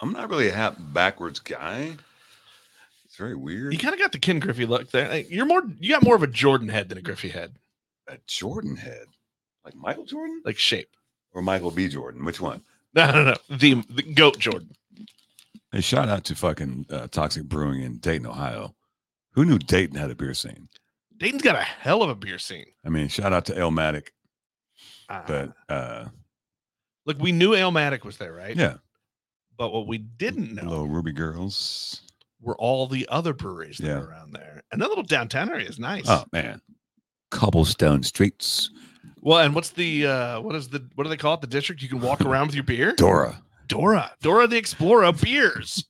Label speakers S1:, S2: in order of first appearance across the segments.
S1: I'm not really a hat backwards guy. It's very weird.
S2: You kind of got the Ken Griffey look there. Like, You're more you got more of a Jordan head than a Griffey head,
S1: a Jordan head, like Michael Jordan
S2: like shape.
S1: or Michael B. Jordan. Which one?
S2: No, no, no. The, the goat Jordan.
S1: Hey, shout out to fucking uh, Toxic Brewing in Dayton, Ohio. Who knew Dayton had a beer scene?
S2: Dayton's got a hell of a beer scene.
S1: I mean, shout out to Elmatic,
S2: Ah.
S1: but uh,
S2: look, we knew Elmatic was there, right?
S1: yeah,
S2: But what we didn't know
S1: Little Ruby Girls.
S2: were all the other breweries that
S1: Yeah.
S2: are around there. And that little downtown area is nice.
S1: Oh man, cobblestone streets.
S2: Well, and what's the uh what is the what do they call it? The district you can walk around with your beer?
S1: Dora.
S2: Dora. Dora the Explorer beers.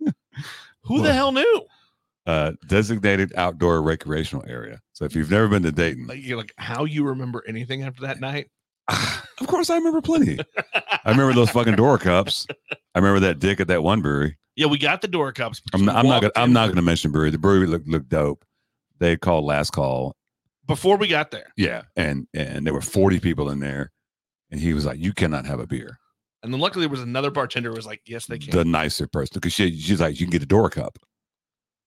S2: Who the
S1: Well,
S2: hell knew?
S1: uh, designated outdoor recreational area. So if you've never been to Dayton,
S2: Like you're like how you remember anything after that night?
S1: of course I remember plenty. I remember those fucking Dora cups. I remember that dick at that one brewery.
S2: Yeah, we got the Dora cups.
S1: I'm
S2: because we
S1: not, I'm not gonna
S2: walked
S1: I'm
S2: in
S1: not
S2: with-
S1: gonna mention brewery. The brewery looked looked dope. They called last call.
S2: Before we got there,
S1: Yeah, and and there were 40 people in there, and he was like, "You cannot have a beer."
S2: and then luckily there was another bartender who was like, "Yes, they can."
S1: The nicer person, because she she's like, "You can get a Dora cup,"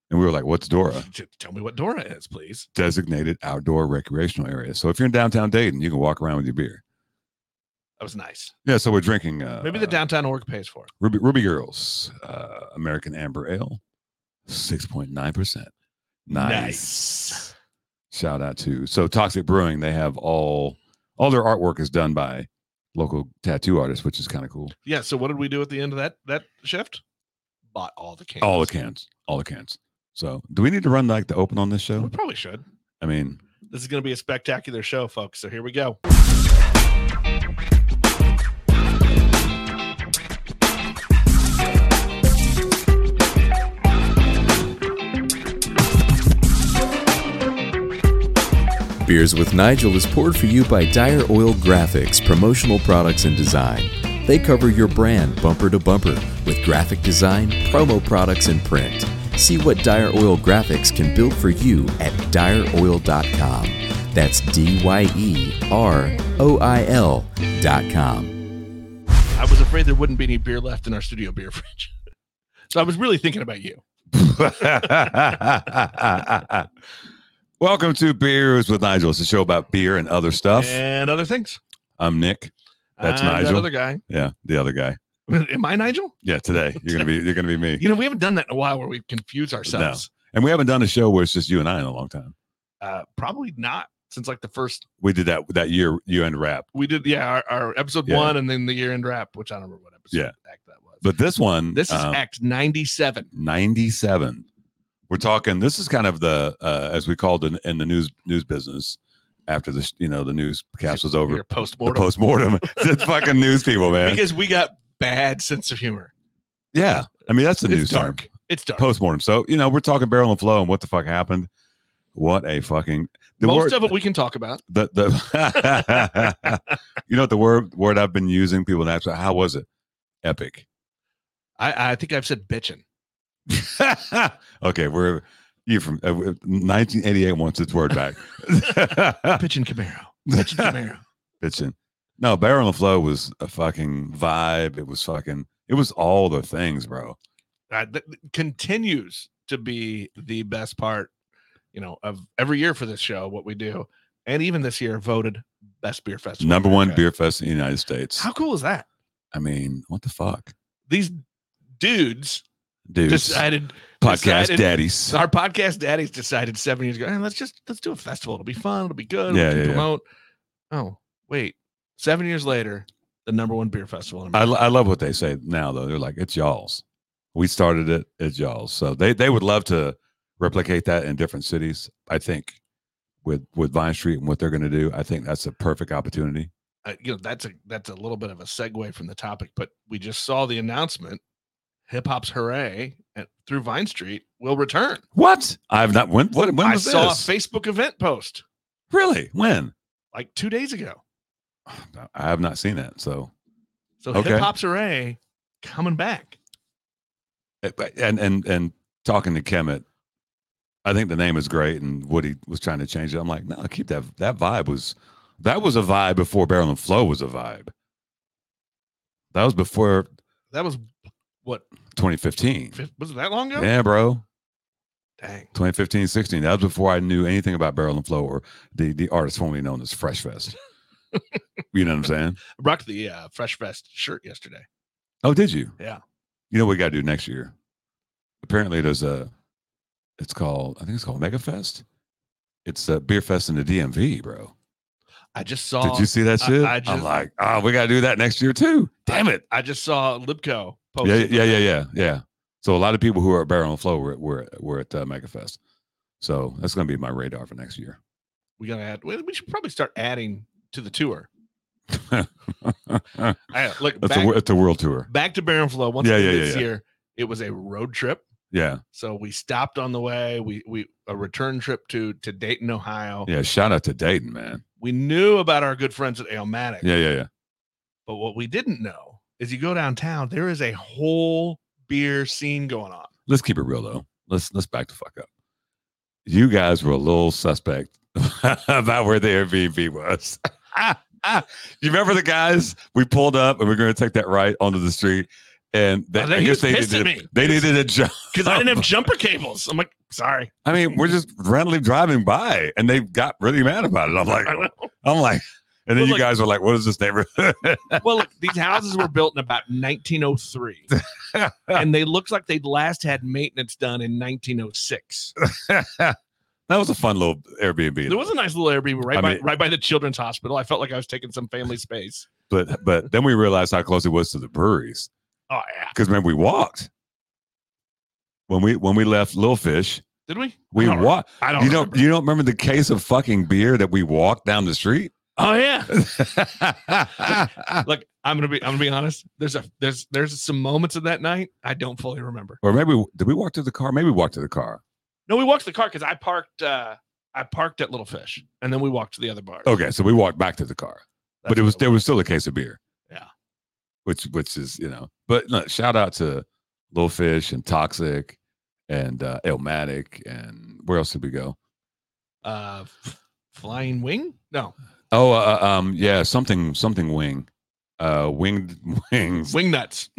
S1: and we were like, "What's Dora?"
S2: T- Tell me what Dora is, please.
S1: Designated outdoor recreational area. So if you're in downtown Dayton, you can walk around with your beer.
S2: That was nice.
S1: Yeah, so we're drinking. Uh,
S2: Maybe the
S1: uh,
S2: downtown org pays for it.
S1: Ruby, Ruby Girls, uh, American Amber Ale, 6.9%. Nice.
S2: Nice.
S1: Shout out to so Toxic Brewing. They have all all their artwork is done by local tattoo artists, which is kind of cool.
S2: Yeah. So what did we do at the end of that that shift? Bought all the cans.
S1: All the cans, all the cans. So, do we need to run like the open on this
S2: We
S1: show?
S2: probably should.
S1: I mean,
S2: This is going to be a spectacular show, folks. So here we go.
S3: Beers with Nigel is poured for you by Dire Oil Graphics, promotional products and design. They cover your brand bumper to bumper with graphic design, promo products, and print. See what Dire Oil Graphics can build for you at direoil.com. That's D Y E R O I L.com.
S2: I was afraid there wouldn't be any beer left in our studio beer fridge. so I was really thinking about you.
S1: welcome to Beers with Nigel. It's a show about beer and other stuff.
S2: And other things.
S1: I'm Nick. That's
S2: I'm
S1: Nigel.
S2: That other guy.
S1: Yeah, the other guy.
S2: Am I Nigel?
S1: Yeah, today you're gonna be you're gonna be me.
S2: You know, we haven't done that in a while where we confuse ourselves.
S1: And we haven't done a show where it's just you and I in a long time.
S2: Uh, probably not since like the first
S1: We did that that year year end wrap.
S2: we did. Yeah, our, our episode
S1: Yeah.
S2: one and then the year end wrap, which I don't remember what episode
S1: Yeah.
S2: act that was.
S1: But this one,
S2: this is
S1: um,
S2: Act ninety seven.
S1: 97. We're talking. This is kind of the uh, as we called in, in the news news business after this. You know, the newscast was over.
S2: Your post
S1: The
S2: mortem
S1: post mortem. It's fucking news people, man.
S2: because we got bad sense of humor.
S1: yeah, I mean that's the news
S2: It's
S1: term.
S2: dark. It's dark.
S1: Post mortem. So you know, we're talking barrel and flow and what the fuck happened. What a fucking the
S2: Most
S1: word,
S2: of it we can talk about.
S1: the the you know what the word word I've been using. People ask, how was it? Epic.
S2: I, I think I've said bitching.
S1: okay, we're you from uh, 1988 wants its word back.
S2: Bitching Camaro. Bitching Camaro.
S1: Bitching. No, Barrel on the Flow was a fucking vibe. It was fucking. It was all the things, bro.
S2: uh, that continues to be the best part, you know, of every year for this show, what we do. And even this year, voted best beer festival. in
S1: Number one
S2: America.
S1: beer fest in the United States.
S2: How cool is that?
S1: I mean, what the fuck,
S2: These dudes
S1: dude?
S2: decided
S1: Podcast
S2: decided-
S1: daddies.
S2: our podcast daddies decided seven years ago, "Eh, let's just let's do a festival. It'll be fun. It'll be good.
S1: Yeah,
S2: we can
S1: yeah, yeah.
S2: promote. Oh, wait. Seven years later, the number one beer festival in
S1: I,
S2: America.
S1: lo- I love what they say now though. They're like, it's y'all's. We started it. It's y'all's. So they they would love to replicate that in different cities. I think with with Vine Street and what they're going to do, I think that's a perfect opportunity.
S2: uh, you know that's a that's a little bit of a segue from the topic, but we just saw the announcement. Hip hop's hooray at, through Vine Street will return.
S1: What? I've not when what when
S2: I
S1: was
S2: saw
S1: this?
S2: a Facebook event post
S1: really? When?
S2: like two days ago.
S1: I have not seen that. So
S2: So
S1: Okay.
S2: hip hop's hooray coming back.
S1: Uh, but- and and and talking to Kemet, I think the name is great, and Woody was trying to change it. I'm like, no, keep that. That vibe was, that was a vibe before Barrel and Flow was a vibe. That was before
S2: That was What
S1: 2015.
S2: fif- was it that long ago?
S1: Yeah, bro.
S2: Dang.
S1: 2015, 16. That was before I knew anything about Barrel and Flow or the, the artist formerly known as Fresh Fest. you know what I'm saying?
S2: I rocked the uh, Fresh Fest shirt yesterday.
S1: Oh, did you?
S2: Yeah.
S1: You know what we got to do next year? Apparently, there's a, it's called, I think it's called Mega Fest. It's a beer fest in the DMV, bro.
S2: I just saw.
S1: Did you see that
S2: Oh, I-
S1: shit?
S2: I
S1: I'm
S2: just-
S1: like, oh, we got to do that next year too. Damn it.
S2: I just saw Libco post.
S1: Yeah, yeah, yeah, yeah, yeah. So a lot of people who are at Barrel and Flow were were were at uh, Megafest. So that's going to be my radar for next year.
S2: We're gonna add. We we should probably start adding to the tour.
S1: that's
S2: I, look
S1: a
S2: back,
S1: wor- it's a world tour.
S2: back to Baron Flow once
S1: Yeah,
S2: again
S1: yeah, yeah,
S2: this
S1: yeah.
S2: year. It was a road trip,
S1: Yeah,
S2: so we stopped on the way. We we a return trip to to Dayton, Ohio.
S1: yeah. Shout out to Dayton, man.
S2: We knew about our good friends at Ailmatic,
S1: Yeah, yeah, yeah.
S2: but what we didn't know is you go downtown, there is a whole beer scene going on.
S1: Let's keep it real though. Let's let's back the fuck up. You guys were a little suspect about where the Airbnb was. you remember the guys? We pulled up and we are going to take that right onto the street, and they,
S2: Oh,
S1: I
S2: he
S1: guess
S2: was
S1: they
S2: pissed at
S1: needed,
S2: me.
S1: they needed a job.
S2: because I didn't have jumper cables. I'm like, sorry.
S1: I mean, we're just randomly driving by, and they got really mad about it. I'm like,
S2: I don't know.
S1: I'm like, and then
S2: Well,
S1: you
S2: look-
S1: guys were like, "What is this neighborhood?"
S2: well, look, these houses were built in about 1903, and they looked like they'd last had maintenance done in 1906.
S1: that was a fun little Airbnb,
S2: There was a nice little Airbnb right
S1: I
S2: by
S1: mean-
S2: right by the children's hospital. I felt like I was taking some family space.
S1: but but then we realized how close it was to the breweries
S2: Oh yeah,
S1: because remember we walked when we when we left Little Fish,
S2: did we?
S1: we
S2: I don't-
S1: walked.
S2: I don't.
S1: You don't
S2: remember.
S1: you don't remember the case of fucking beer that we walked down the street?
S2: oh yeah. Look, I'm gonna be I'm gonna be honest. There's a there's there's some moments of that night I don't fully remember.
S1: or maybe did we walk to the car? Maybe we walked to the car.
S2: No, we walked to the car because I parked uh I parked at Little Fish, and then we walked to the other bar.
S1: Okay, so we walked back to the car. but it was there was still a case of beer.
S2: Yeah.
S1: Which which is, you know, but no, shout out to Little Fish and Toxic and uh Elmatic and where else did we go?
S2: uh f- flying wing no
S1: Oh, uh, uh, um yeah, something something wing. Uh winged wings.
S2: wing nuts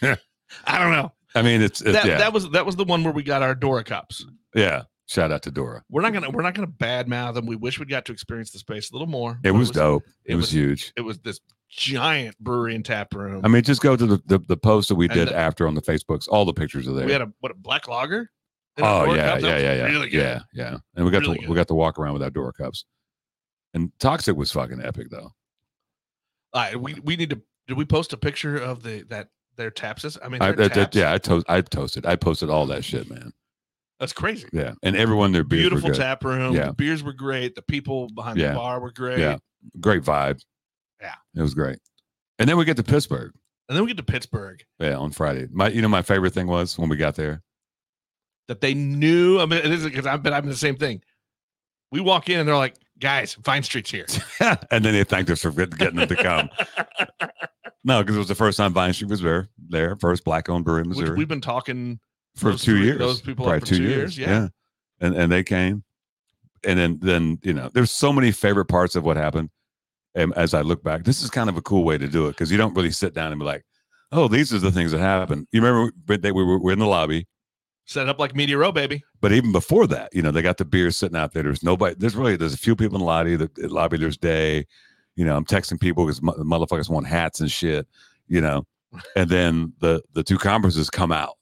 S2: i don't know
S1: I mean it's, it's
S2: that,
S1: Uh, yeah.
S2: that was that was the one where we got our dora cups
S1: yeah. Shout out to Dora.
S2: we're not gonna we're not gonna badmouth them we wish we got to experience the space a little more
S1: It
S2: but
S1: was dope. It,
S2: it
S1: was,
S2: was-
S1: huge.
S2: it was this giant brewery and tap room
S1: I mean, just go to the the, the post that we
S2: And
S1: did
S2: the-
S1: after on the Facebooks. All the pictures are there.
S2: we had a what a black lager in our
S1: Oh
S2: Dora
S1: yeah,
S2: cups. That
S1: yeah,
S2: was
S1: yeah, yeah,
S2: really good.
S1: yeah, yeah. And we got
S2: Really
S1: to
S2: good.
S1: we got to walk around with our door cups. And Toxic was fucking epic though.
S2: all right we we need to did we post a picture of the that their tap system i mean
S1: I,
S2: their
S1: I- I-
S2: taps,
S1: yeah, I toast, I toasted, I posted all that shit, man.
S2: that's crazy
S1: Yeah, and everyone their beers
S2: beautiful
S1: were good.
S2: tap room
S1: Yeah.
S2: the beers were great the people behind
S1: Yeah.
S2: the bar were great
S1: Yeah. Great vibe.
S2: Yeah.
S1: it was great. And then we get to Pittsburgh.
S2: and then we get to pittsburgh
S1: Yeah, on Friday. My, you know, my favorite thing was when we got there.
S2: that they knew. I mean, it is because I've been, I've been the same thing. We walk in and they're like, guys, Vine Street's here.
S1: and then they thanked us for get- getting them to come. no, because it was the first time Vine Street was there, there first black-owned brewery in
S2: Which
S1: Missouri
S2: we've been talking.
S1: for
S2: those
S1: two
S2: three-
S1: years.
S2: those people up
S1: Probably
S2: for two years, yeah.
S1: and and they came, and then then you know, there's so many favorite parts of what happened. And as I look back, this is kind of a cool way to do it because you don't really sit down and be like, "Oh, these are the things that happened." You remember we- that we were, were in the lobby,
S2: Set up like Media Row, baby.
S1: but even before that, you know, they got the beer sitting out there. There's nobody. There's really there's a few people in the lobby. The the lobby there's day. You know, I'm texting people because motherfuckers want hats and shit. You know, and then the the two conferences come out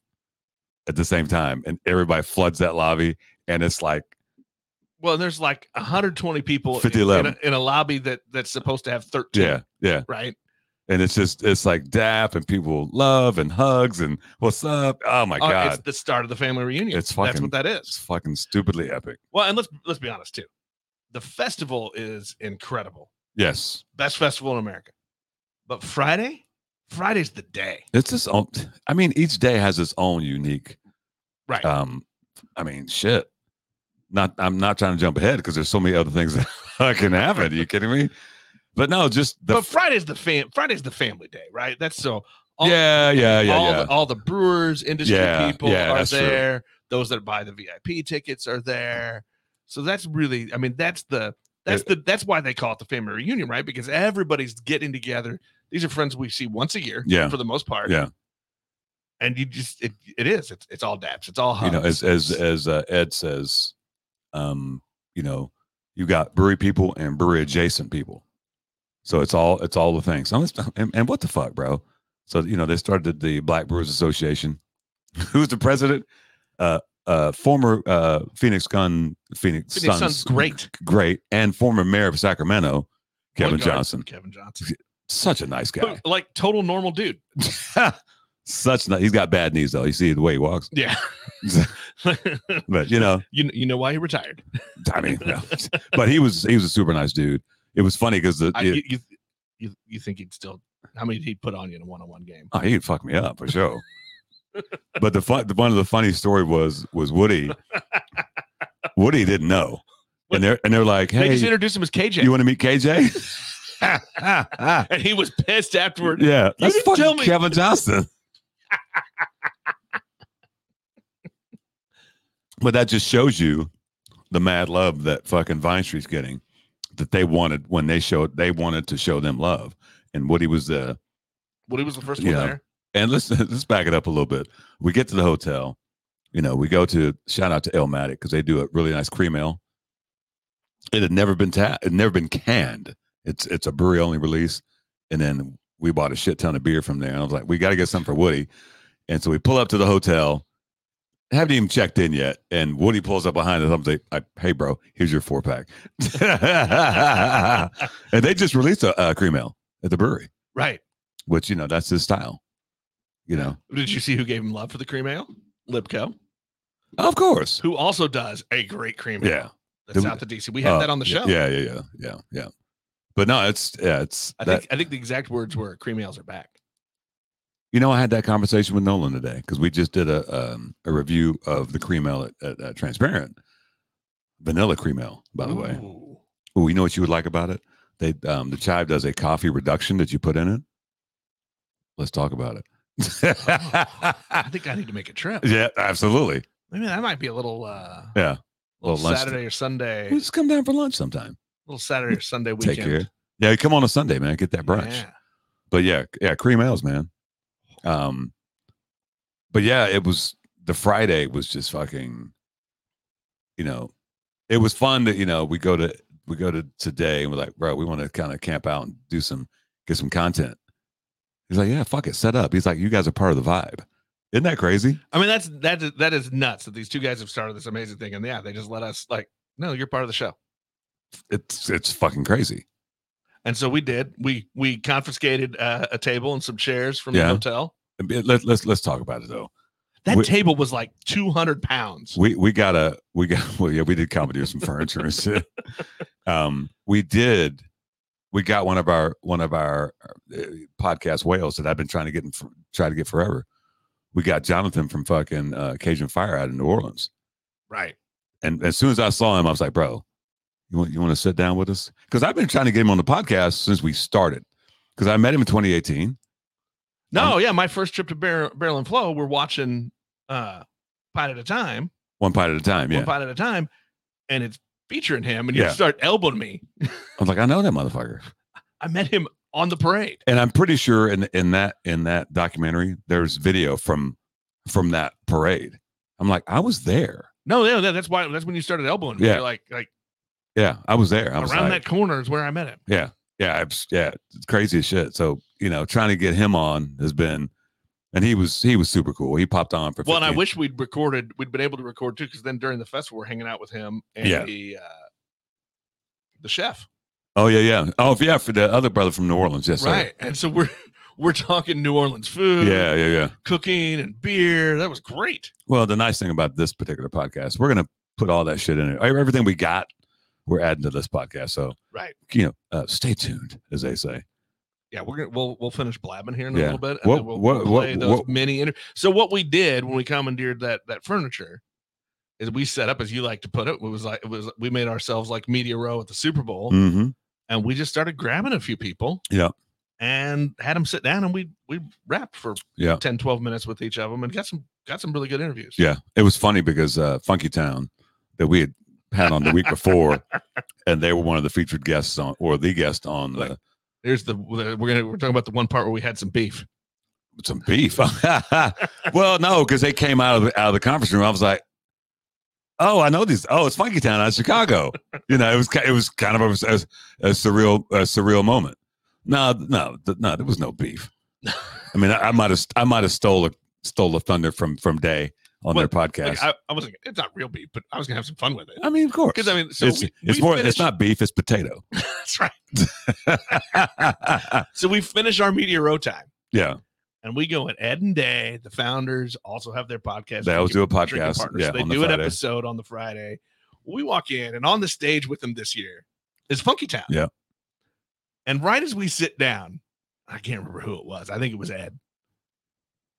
S1: at the same time, and everybody floods that lobby, and it's like
S2: Well, there's like 120 people in-
S1: 50,
S2: in, a,
S1: 11.
S2: in a lobby that that's supposed to have 13.
S1: yeah, yeah,
S2: Right.
S1: and it's just it's like dap and people love and hugs and what's up? Oh my
S2: Uh,
S1: god,
S2: it's
S1: it's,
S2: the start of the family reunion.
S1: It's
S2: that's
S1: fucking-
S2: what that is.
S1: fucking stupidly epic.
S2: Well, and let's let's be honest too. The festival is incredible.
S1: Yes,
S2: Best festival in America. But Friday, Friday's the day.
S1: it's its own. I mean, each day has its own unique
S2: Right.
S1: um i mean shit not i'm not trying to jump ahead because there's so many other things that can happen you kidding me but no just the
S2: but Friday's the fam Friday's the family day, right? That's so all-
S1: yeah yeah yeah
S2: all
S1: yeah
S2: The, all the brewers, industry
S1: Yeah,
S2: people
S1: yeah,
S2: are
S1: that's true.
S2: there. Those that buy the VIP tickets are there. So that's really, I mean, that's the that's
S1: It-
S2: the that's why they call it the family reunion, right? Because everybody's getting together. These are friends we see once a year,
S1: Yeah.
S2: for the most part.
S1: Yeah.
S2: and you just it, it is it's, it's all dabs it's all
S1: you know,
S2: hubs.
S1: as as as uh, Ed says, um, you know, you got brewery people and brewery adjacent people, so it's all it's all the things. And, it's- and, and what the fuck, bro? So you know, they started the Black Brewers Association. Who's the president? Uh, uh, former uh, Phoenix Gun Phoenix,
S2: Phoenix
S1: Suns,
S2: Suns, great. Oh
S1: great, and former mayor of Sacramento, Kevin
S2: Point guard,
S1: Johnson.
S2: Kevin Johnson
S1: Such a nice guy.
S2: like total normal dude
S1: Such nice. He's got bad knees though. You see the way he walks,
S2: yeah
S1: but you know,
S2: you you know why he retired
S1: I mean, well, but he was he was a super nice dude. It was funny because the
S2: I,
S1: it-
S2: you, you you you think he'd still how many he put on you in a one on one game
S1: oh, he'd fuck me up for sure. but the fun the one of the funny story was was Woody. Woody didn't know, and they're and they're like,
S2: they just
S1: hey,
S2: introduced him as KJ
S1: you want to meet KJ?
S2: and he was pissed afterward
S1: yeah, that's
S2: didn't
S1: fucking
S2: tell me.
S1: Kevin Johnson. but that just shows you the mad love that fucking Vine Street's getting. That they wanted when they showed they wanted to show them love, and Woody was the
S2: well he was the first
S1: Yeah.
S2: one there
S1: and let's let's back it up a little bit. We get to the hotel, you know, we go to shout out to Elmatic because they do a really nice cream ale. It had never been ta- it had never been canned. It's it's a brewery only release, and then we bought a shit ton of beer from there. And I was like, we got to get some for Woody, and so we pull up to the hotel. Haven't even checked in yet, and Woody pulls up behind us. I'm like, I- "Hey, bro, here's your four pack." and they just released a, a cream ale at the brewery,
S2: right
S1: which you know that's his style. You know,
S2: did you see who gave him love for the cream ale Lipco
S1: Of course.
S2: who also does a great cream ale
S1: Yeah.
S2: that's
S1: The-
S2: out the DC we had
S1: Uh,
S2: that on the
S1: yeah,
S2: show
S1: Yeah, yeah, yeah, yeah, yeah. But no, it's yeah, it's
S2: I
S1: that,
S2: think I think the exact words were cream ales are back
S1: you know I had that conversation with Nolan today because we just did a um, a review of the cream ale at, at, at Transparent, vanilla cream ale, by the way.
S2: Ooh.
S1: Oh, you know what you would like about it? They um, the chive does a coffee reduction that you put in it. Let's talk about it.
S2: I think I need to make a trip.
S1: yeah, absolutely.
S2: I mean, that might be a little uh
S1: Yeah,
S2: little
S1: little lunch-
S2: Saturday or Sunday,
S1: We just come down for lunch sometime.
S2: little Saturday or Sunday
S1: Take
S2: weekend.
S1: care. Yeah, come on a Sunday, man. Get that brunch.
S2: Yeah.
S1: but yeah, c- yeah, cream ales, man. Um, but yeah, it was the Friday was just fucking, you know, it was fun that you know we go to we go to today and we're like, bro, we want to kind of camp out and do some get some content. He's like, yeah, fuck it, set up. He's like, you guys are part of the vibe. Isn't that crazy?
S2: I mean, that's that is that is nuts that these two guys have started this amazing thing, and yeah, they just let us like, no, you're part of the show.
S1: It's it's fucking crazy.
S2: And so we did. We we confiscated uh, a table and some chairs from
S1: Yeah.
S2: the hotel.
S1: I mean, Let, let's let's talk about it though.
S2: That
S1: We-
S2: table was like 200 pounds.
S1: We we got a we got well yeah we did comedy with some furniture and shit. Um, we did we got one of our one of our uh, podcast whales that I've been trying to get in for, try to get forever. We got Jonathan from fucking uh, Cajun Fire out in New Orleans,
S2: right.
S1: and as soon as I saw him, I was like, bro, you want you want to sit down with us? Because I've been trying to get him on the podcast since we started. Because I met him in 2018.
S2: No,
S1: Um,
S2: yeah, my first trip to Bar- Barrel and Flow, we're watching uh Pint at a Time,
S1: One pint at a time. Yeah,
S2: one pint at a time, and it's featuring him, and you
S1: Yeah.
S2: start elbowing me.
S1: I was like, I know that motherfucker.
S2: I met him on the parade.
S1: and I'm pretty sure in in that in that documentary there's video from from that parade. I'm like, I was there.
S2: No, no, no, that's why that's when you started elbowing. me.
S1: Yeah.
S2: You're like like
S1: Yeah, I was there. I was
S2: around
S1: like,
S2: that corner is where I met him.
S1: yeah, I was, yeah, it's crazy as shit. So you know, trying to get him on has been, and he was he was super cool. He popped on for.
S2: Well, and I
S1: 15
S2: wish we'd recorded, we'd been able to record too, because then during the festival we're hanging out with him and
S1: Yeah.
S2: the uh the chef.
S1: Oh yeah, yeah. Oh yeah, for the other brother from New Orleans. Yes, sir.
S2: right. And so we're we're talking New Orleans food,
S1: Yeah, yeah, yeah.
S2: cooking and beer. That was great.
S1: Well, the nice thing about this particular podcast, we're gonna put all that shit in it. Everything we got, we're adding to this podcast. So
S2: Right.
S1: you know, uh, stay tuned, as they say.
S2: Yeah, we're gonna we'll we'll finish blabbing here in
S1: Yeah.
S2: a little bit. And
S1: What-
S2: then we'll,
S1: what-
S2: we'll
S1: what-
S2: play those
S1: what-
S2: mini inter- so what we did when we commandeered that that furniture is we set up as you like to put it. It was like it was we made ourselves like media row at the Super Bowl.
S1: Mm-hmm.
S2: and we just started grabbing a few people.
S1: Yeah.
S2: And had them sit down and we we rapped for
S1: Yeah.
S2: 10 12 minutes with each of them and got some got some really good interviews.
S1: Yeah, it was funny because uh, Funky Town that we had had on the week before, and they were one of the featured guests on, or the guest on the.
S2: Here's the we're going to we're talking about the one part where we had some beef.
S1: some beef. well, no, because they came out of the, out of the conference room. I was like, oh, I know these. Oh, it's Funky Town out of Chicago. you know, it was ki- it was kind of a, a, a surreal a surreal moment. No, no, th- no, there was no beef. I mean, I, I might have I might have stole a, stole the thunder from from Day on
S2: Well,
S1: their podcast.
S2: Like, I, I was like, it's not real beef, but I was gonna have some fun with it.
S1: I, mean, of course,
S2: Because I mean, so
S1: it's,
S2: we-
S1: it's
S2: we
S1: more.
S2: finished-
S1: It's not beef. It's potato.
S2: That's right. So we finish our media row time,
S1: yeah,
S2: and we go in. Ed and Day, the founders, also have their podcast.
S1: they always do a
S2: Drinking
S1: podcast.
S2: Partners.
S1: Yeah,
S2: they
S1: on the
S2: do an
S1: Friday.
S2: episode on the Friday. We walk in, and on the stage with them this year is Funky Town.
S1: Yeah.
S2: And right as we sit down, I can't remember who it was. I think it was Ed.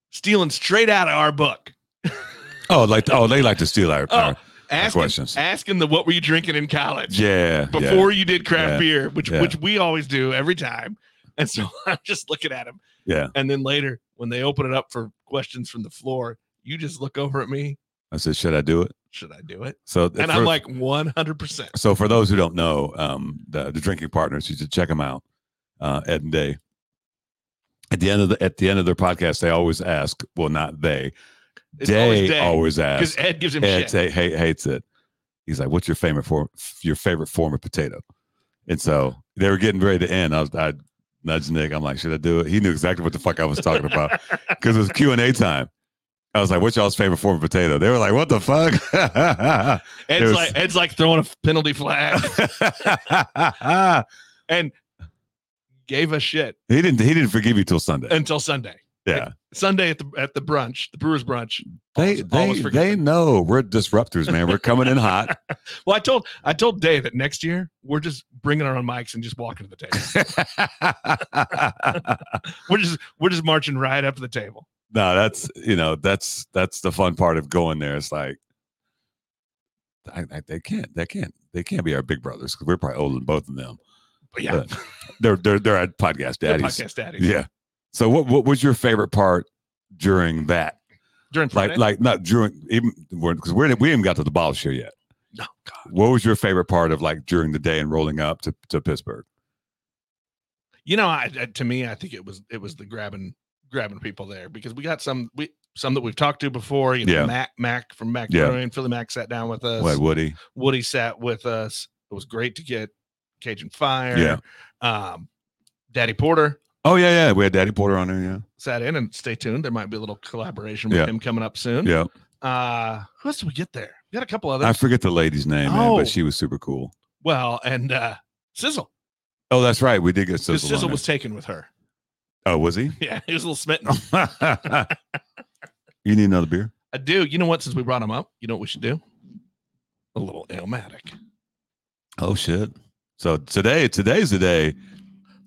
S2: Stealing straight out of our book.
S1: Oh, like oh, they like to steal our, our,
S2: Oh,
S1: our
S2: asking,
S1: questions.
S2: asking the what were you drinking in college?
S1: yeah, yeah.
S2: before you did craft
S1: Yeah.
S2: beer, which
S1: Yeah.
S2: which we always do every time. And so I'm just looking at him.
S1: Yeah.
S2: And then later, when they open it up for questions from the floor, you just look over at me.
S1: I said, should I do it?
S2: Should I do it?
S1: So uh,
S2: And
S1: for-
S2: I'm like 100. percent
S1: so for those who don't know, um, the, the drinking partners, you should check them out. Uh, Ed and Day. At the end of the at the end of their podcast, they always ask. Well, not they.
S2: It's
S1: Day
S2: always
S1: always,
S2: Day, Because
S1: asks.
S2: Ed gives him
S1: Ed
S2: shit.
S1: say, hate, hates it. He's like, "What's your favorite form? Your favorite form of potato?" And so they were getting ready to end. I was I nudged Nick. I'm like, "Should I do it?" He knew exactly what the fuck I was talking about because it was Q and A time. I was like, "What's y'all's favorite form of potato?" They were like, "What the fuck?"
S2: Ed's
S1: was-
S2: like Ed's like throwing a penalty flag and gave a shit
S1: he didn't. He didn't forgive you till Sunday.
S2: until Sunday.
S1: yeah,
S2: Sunday at the at the brunch, the Brewers brunch.
S1: they
S2: always- always
S1: they
S2: forgiven.
S1: they know we're disruptors, man. We're coming in hot.
S2: Well, I told I told Dave that next year we're just bringing our own mics and just walking to the table. we're just we're just marching right up to the table.
S1: no, that's you know that's that's the fun part of going there. It's like I, I, they can't they can't they can't be our big brothers because we're probably older than both of them.
S2: But yeah,
S1: They're they're they're our podcast
S2: they're
S1: daddies.
S2: podcast daddies.
S1: Yeah. So what what was your favorite part during that?
S2: during Friday.
S1: Like like not during even because we're we haven't got to the ball show yet.
S2: no, God.
S1: What was your favorite part of like during the day and rolling up to, to Pittsburgh?
S2: you know, I, I- to me, I think it was it was the grabbing grabbing people there because we got some we some that we've talked to before. You know,
S1: Yeah.
S2: Mac Mac from Mac
S1: Yeah.
S2: Brewing, Philly Mac sat down with us.
S1: What Woody?
S2: Woody sat with us. It was great to get Cajun Fire.
S1: Yeah.
S2: Um, Daddy Porter
S1: Oh yeah, yeah. We had Daddy Porter on there. Yeah,
S2: sat in, and stay tuned. There might be a little collaboration with
S1: Yeah.
S2: him coming up soon.
S1: yeah.
S2: Uh, who else did we get there? We got a couple others.
S1: I forget the lady's name, man,
S2: Oh.
S1: but she was super cool.
S2: well, and uh, Sizzle.
S1: Oh, that's right. We did get
S2: Sizzle,
S1: Sizzle.
S2: Sizzle
S1: on
S2: was taken with her.
S1: there. oh, was he?
S2: Yeah, he was a little smitten.
S1: you need another beer?
S2: I do. You know what? Since we brought him up, you know what we should do? A little aromatic.
S1: Oh shit. So today, today's the day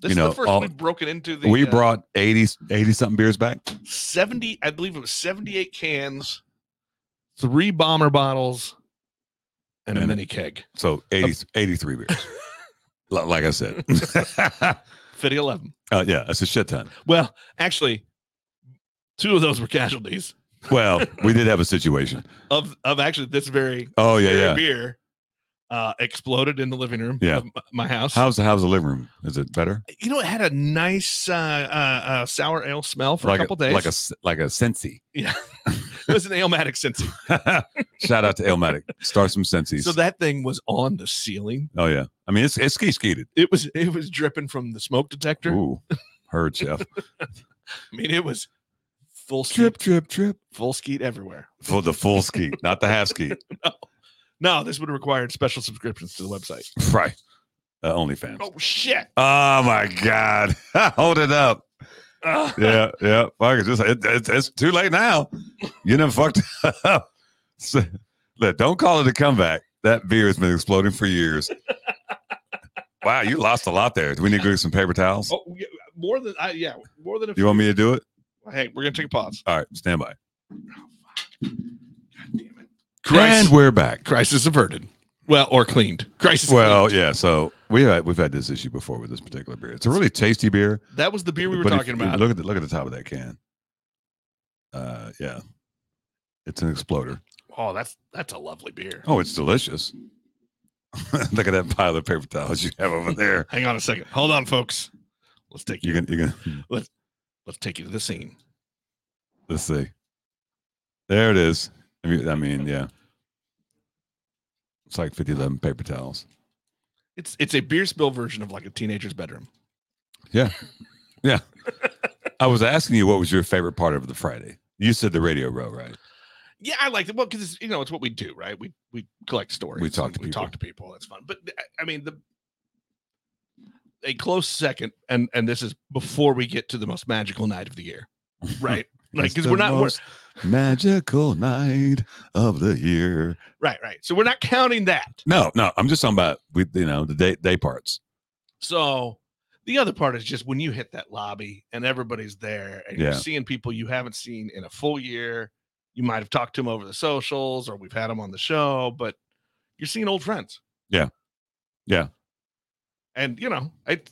S2: This
S1: You
S2: is
S1: know,
S2: the first
S1: all-
S2: we've broken into the.
S1: we
S2: uh,
S1: brought 80, 80 something beers back.
S2: seventy. I believe it was seventy-eight cans, three bomber bottles, and, a
S1: And-
S2: mini keg.
S1: So 80, 83 beers. Li- like I said,
S2: Fifty eleven.
S1: uh, yeah, that's a shit ton.
S2: Well, actually, two of those were casualties
S1: Well, we did have a situation.
S2: of of actually this very,
S1: Oh yeah,
S2: very
S1: yeah.
S2: beer uh, exploded in the living room
S1: Yeah.
S2: of m- my house.
S1: How's the how's the living room? Is it better?
S2: you know, it had a nice uh, uh, uh, sour ale smell for
S1: like
S2: a couple days.
S1: like a s- like a Sensi.
S2: yeah, it was an alematic sense.
S1: Shout out to Elmatic. Start some Sensis.
S2: So that thing was on the ceiling.
S1: oh yeah, I mean it's it's ski skeeted.
S2: It was it was dripping from the smoke detector.
S1: Ooh, heard chef.
S2: I mean, it was full
S1: trip,
S2: skeet,
S1: trip, trip.
S2: full skeet everywhere.
S1: For the full ski, not the half ski.
S2: No, this would have required special subscriptions to the website.
S1: Right. Uh, OnlyFans.
S2: Oh shit!
S1: Oh my God! Hold it up.
S2: Ugh.
S1: Yeah, yeah. Fuck it's Just it, it's it's too late now. You done fucked up. So, look, don't call it a comeback. That beer has been exploding for years. wow, you lost a lot there. Do we need to go get some paper towels?
S2: Oh, yeah, more than I, yeah, more than a.
S1: You want me to do it?
S2: hey, we're gonna take a pause.
S1: All right, stand by.
S2: God damn it!
S1: And we're back.
S2: crisis averted. Well, or cleaned. Crisis.
S1: Well,
S2: cleaned.
S1: yeah. So we had, we've had this issue before with this particular beer. It's a really tasty beer.
S2: that was the beer we were
S1: But if
S2: talking
S1: you
S2: about.
S1: Look at the look at the top of that can. Uh, yeah, it's an exploder.
S2: oh, that's that's a lovely beer.
S1: Oh, it's delicious. look at that pile of paper towels you have over there.
S2: Hang on a second. Hold on, folks. Let's take you.
S1: You're gonna, you're gonna.
S2: Let's take you to the scene.
S1: Let's see. There it is. I mean, I mean, yeah. It's like 50 of them paper towels.
S2: It's it's a beer spill version of like a teenager's bedroom.
S1: I was asking you what was your favorite part of the Friday. You said the radio row, right?
S2: Yeah, I like it. Well, because you know it's what we do, right? We we collect stories.
S1: We talk
S2: and
S1: to
S2: we
S1: people.
S2: talk to people. That's fun. But I- I mean the a close second, and and this is before we get to the most magical night of the year, right? like
S1: It's
S2: because
S1: the
S2: we're not we're,
S1: most magical night of the year.
S2: right, right. So we're not counting that.
S1: No, no, I'm just talking about we, you know, the day day parts.
S2: So the other part is just when you hit that lobby and everybody's there and
S1: Yeah.
S2: you're seeing people you haven't seen in a full year. You might have talked to them over the socials or we've had them on the show, but you're seeing old friends.
S1: Yeah. Yeah.
S2: And you know, it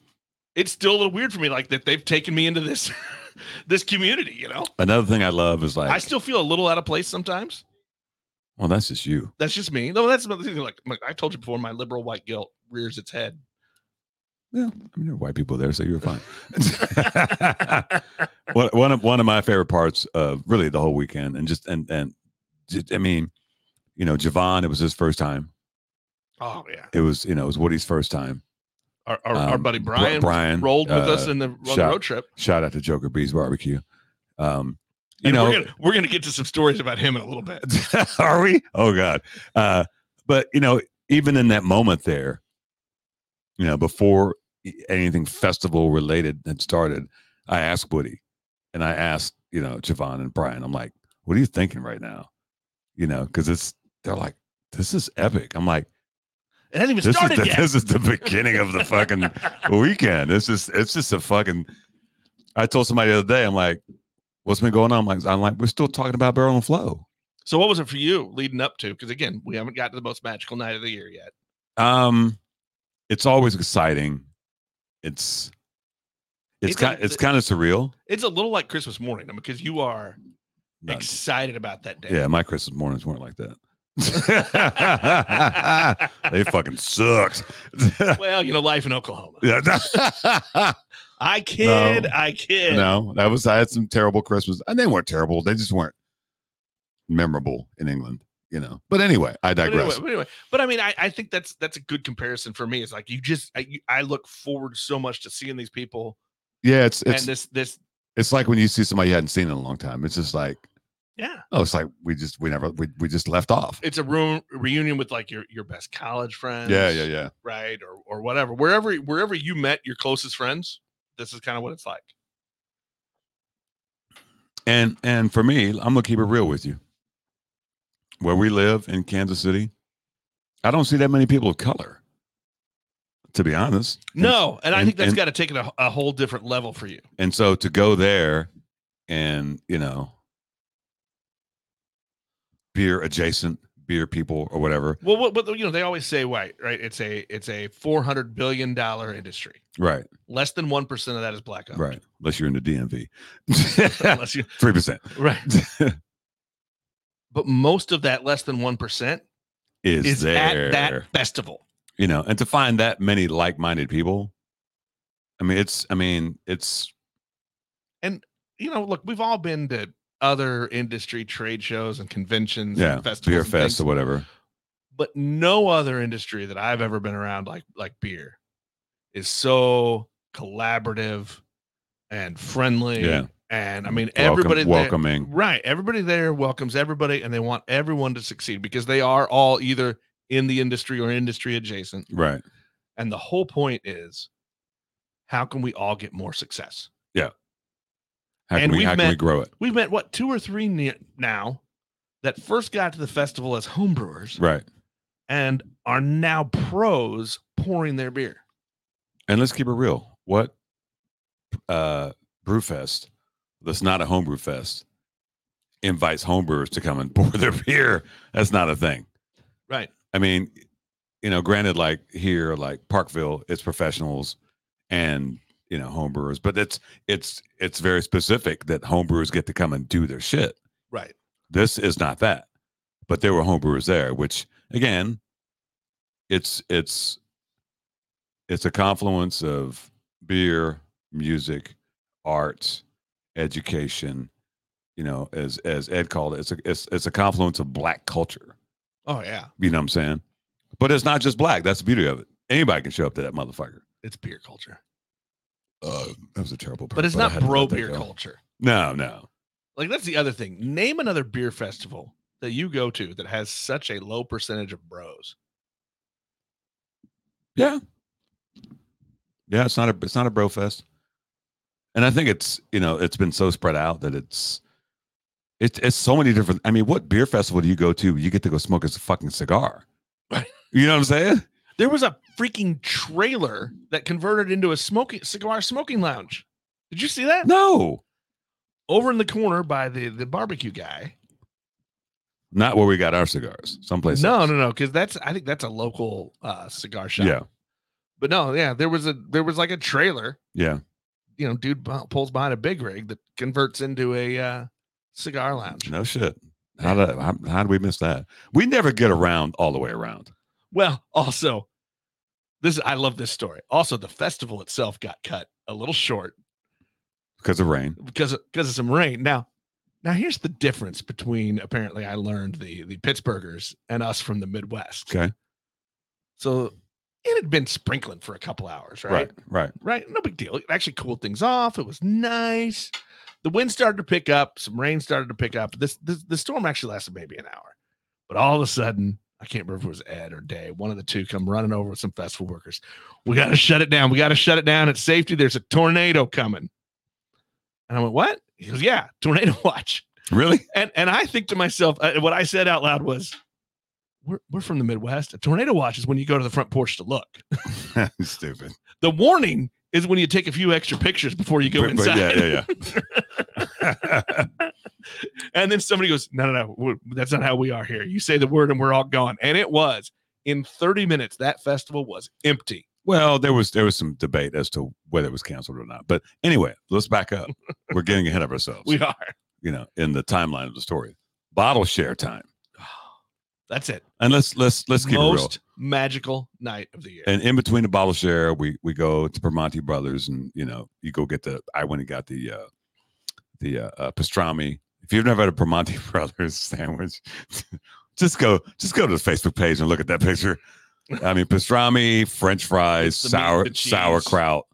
S2: it's still a little weird for me, like that they've taken me into this this community, you know.
S1: Another thing I love is like,
S2: I still feel a little out of place sometimes.
S1: well, that's just you.
S2: That's just me. No, that's another thing. Like, like I told you before, my liberal white guilt rears its head.
S1: Yeah, I mean, there are white people there, so you're fine. one, one of one of my favorite parts of really the whole weekend, and just and and j- I mean, you know, Javon, it was his first time.
S2: Oh yeah.
S1: It was you know, it was Woody's first time.
S2: Our our, our
S1: Um,
S2: buddy
S1: Bri-
S2: Brian, was-
S1: Brian,
S2: rolled with us
S1: uh,
S2: in the on the
S1: shout-
S2: road trip.
S1: Shout out to Joker Breeze Barbecue. Um, you
S2: And
S1: know,
S2: we're gonna, we're gonna get to some stories about him in a little bit.
S1: are we? Oh God. Uh, but you know, even in that moment there, you know, before i- anything festival related had started, I asked Woody and I asked, you know, Javon and Brian, I'm like, what are you thinking right now? You know, cause it's, they're like, this is epic. I'm like,
S2: It hasn't even
S1: this is
S2: started
S1: the,
S2: yet.
S1: this is the beginning of the fucking weekend. It's just, it's just a fucking, I told somebody the other day, I'm like, what's been going on? I'm like, I'm like, we're still talking about barrel and flow.
S2: so, what was it for you leading up to? Because again, we haven't got to the most magical night of the year yet.
S1: Um, it's always exciting. It's it's
S2: It's
S1: kind
S2: like
S1: it's
S2: the-
S1: kind of surreal.
S2: It's a little like Christmas morning I mean, because you are
S1: Not-
S2: excited about that day.
S1: yeah, my Christmas mornings weren't like that. they fucking sucked.
S2: well, you know, life in Oklahoma.
S1: Yeah,
S2: I kid,
S1: No.
S2: I kid.
S1: no, that was I had some terrible Christmas, and they weren't terrible. They just weren't memorable in England, you know. But anyway, I
S2: But anyway,
S1: digress.
S2: but anyway, but I mean, I, I think that's that's a good comparison for me. It's like you just I, you, I look forward so much to seeing these people
S1: Yeah, it's it's
S2: and uh, this this
S1: it's like when you see somebody you hadn't seen in a long time. It's just like
S2: yeah
S1: oh, it's like we just we never we we just left off.
S2: it's a room reunion with like your your best college friends.
S1: Yeah, yeah, yeah.
S2: Right. Or or whatever. Wherever wherever you met your closest friends, this is kind of what it's like.
S1: And and for me, I'm gonna keep it real with you. Where we live in Kansas City, I don't see that many people of color. To be honest, And-
S2: No, and, I
S1: and-
S2: think that's
S1: and-
S2: got to take it a, a whole different level for you.
S1: and, so to go there, and you know, beer adjacent, beer people or whatever,
S2: Well, what, what you know, they always say white, right? It's a it's a four hundred billion dollar industry.
S1: right,
S2: Less than one percent of that is black owned.
S1: right, unless you're in the DMV,
S2: Unless you
S1: three percent
S2: right. But most of that less than one percent
S1: is,
S2: is
S1: there
S2: at that festival.
S1: you know, and to find that many like-minded people. I mean, it's I mean, it's
S2: You know, look, we've all been to other industry trade shows and conventions
S1: yeah,
S2: and festivals.
S1: beer
S2: and things.
S1: fest or whatever.
S2: but no other industry that I've ever been around like like beer is so collaborative and friendly.
S1: Yeah. Mm,
S2: And I mean
S1: Welcome-
S2: everybody there-
S1: welcoming.
S2: right. Everybody there welcomes everybody and they want everyone to succeed because they are all either in the industry or industry adjacent.
S1: Right.
S2: And the whole point is how can we all get more success?
S1: How can
S2: And
S1: we
S2: we've
S1: how can we
S2: met-
S1: grow it?
S2: We've met what two or three ne- now that first got to the festival as homebrewers
S1: Right.
S2: and are now pros pouring their beer.
S1: And let's keep it real. What uh brewfest that's not a homebrew fest invites homebrewers to come and pour their beer. That's not a thing.
S2: Right.
S1: I mean, you know, granted, like here, like Parkville, it's professionals and you know, homebrewers, but it's it's it's very specific that homebrewers get to come and do their shit.
S2: Right.
S1: this is not that but there were homebrewers there which again it's it's it's a confluence of beer music art education you know, as as Ed called it, it's a it's, it's a confluence of black culture.
S2: Oh yeah,
S1: You know what I'm saying? But it's not just black. That's the beauty of it. Anybody can show up to that motherfucker.
S2: it's beer culture,
S1: Uh, that was a terrible. burp,
S2: but it's
S1: I
S2: not
S1: had to
S2: bro
S1: let that
S2: beer
S1: go.
S2: culture.
S1: No, no.
S2: Like that's the other thing. Name another beer festival that you go to that has such a low percentage of bros.
S1: Yeah. Yeah, it's not a it's not a bro fest. And I think it's you know, it's been so spread out that it's it's it's so many different I mean, what beer festival do you go to? You get to go smoke a fucking cigar. You know what I'm saying?
S2: There was a freaking trailer that converted into a smoking cigar smoking lounge. Did you see that?
S1: No.
S2: Over in the corner by the the barbecue guy.
S1: Not where we got our cigars. Someplace.
S2: No,
S1: else.
S2: no, no, because that's I think that's a local uh cigar shop.
S1: Yeah.
S2: But no, yeah, there was a there was like a trailer.
S1: Yeah.
S2: You know, dude bu- pulls behind a big rig that converts into a uh cigar lounge.
S1: No shit. How did how, how did we miss that? We never get around all the way around.
S2: Well, also, this I love this story. Also, the festival itself got cut a little short
S1: Because of rain.
S2: because of, because of some rain. Now, now here's the difference between apparently I learned the the Pittsburghers and us from the Midwest.
S1: Okay.
S2: So it had been sprinkling for a couple hours, right?
S1: Right. Right.
S2: right? No big deal. It actually cooled things off. It was nice. The wind started to pick up. Some rain started to pick up. This, this the storm actually lasted maybe an hour, but all of a sudden, I can't remember if it was Ed or Day. One of the two come running over with some festival workers. We got to shut it down. We got to shut it down. It's safety. There's a tornado coming. And I went, what? He goes, yeah, tornado watch.
S1: Really?
S2: And and I think to myself, uh, what I said out loud was, we're, we're from the Midwest. A tornado watch is when you go to the front porch to look.
S1: Stupid.
S2: The warning is when you take a few extra pictures before you go
S1: But- but
S2: inside.
S1: yeah, yeah, yeah.
S2: And then somebody goes, No, no, no, we're- that's not how we are here. You say the word and we're all gone. And it was in 30 minutes, that festival was empty.
S1: Well, there was there was some debate as to whether it was canceled or not. But anyway, let's back up. We're getting ahead of ourselves.
S2: We are.
S1: you know, in the timeline of the story, bottle share time,
S2: That's it.
S1: and let's let's let's keep it real.
S2: Most magical night of the year.
S1: And in between the bottle share, we we go to Permonti Brothers, and you know, you go get the. I went and got the uh the uh, uh pastrami. If you've never had a Permonti Brothers sandwich, just go just go to the Facebook page and look at that picture. I mean, pastrami, French fries,
S2: It's the meat,
S1: sour
S2: the cheese.
S1: sauerkraut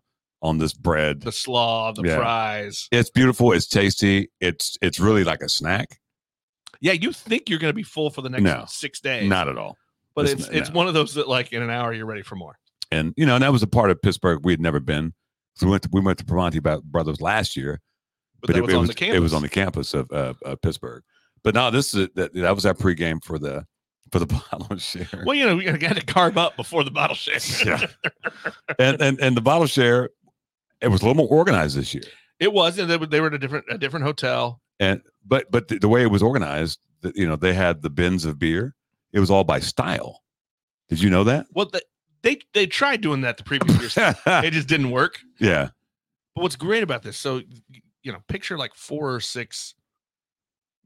S1: on this bread.
S2: the slaw, the
S1: Yeah.
S2: fries.
S1: it's beautiful it's tasty it's it's really like a snack
S2: Yeah, you think you're going to be full for the next
S1: No.
S2: six days.
S1: not at all
S2: but
S1: it's
S2: it's
S1: not-
S2: it's
S1: no.
S2: one of those that like in an hour you're ready for more.
S1: and you know and that was a part of pittsburgh we had never been so we went to, we went to Bramante Ba- brothers last year
S2: But, that was on the campus.
S1: it was on the campus of uh, uh, pittsburgh but no this is that, that was our pregame for the for the bottle share
S2: Well, you know, you got to carve up before the bottle shake.
S1: Yeah. and, and and the bottle share it was a little more organized this year
S2: It was, and they were, they were at a different a different hotel.
S1: and but but the, the way it was organized that you know they had the bins of beer it was all by style did you know that
S2: Well, they they, they tried doing that the previous year. it just didn't work.
S1: yeah
S2: But what's great about this, so y- you know, picture like four or six,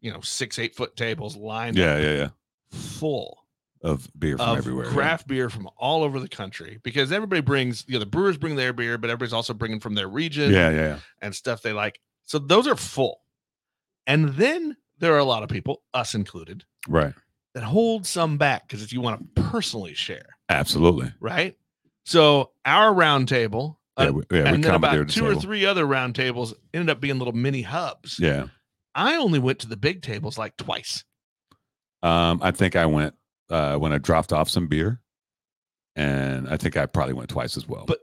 S2: you know, six eight foot tables lined
S1: yeah yeah yeah
S2: up full
S1: of beer from
S2: of
S1: everywhere. yeah.
S2: craft beer from all over the country because everybody brings, you know, the brewers bring their beer, but everybody's also bringing from their region
S1: Yeah, yeah, yeah.
S2: and stuff they like. So those are full, and then there are a lot of people, us included,
S1: Right.
S2: that hold some back because if you want to personally share.
S1: Absolutely.
S2: right? So our round table, uh,
S1: Yeah, we, yeah, we
S2: and then
S1: commandeered
S2: about
S1: the
S2: two or
S1: table.
S2: three other round tables ended up being little mini hubs.
S1: Yeah.
S2: I only went to the big tables like twice.
S1: Um, I think I went uh when I dropped off some beer. And I think I probably went twice as well.
S2: But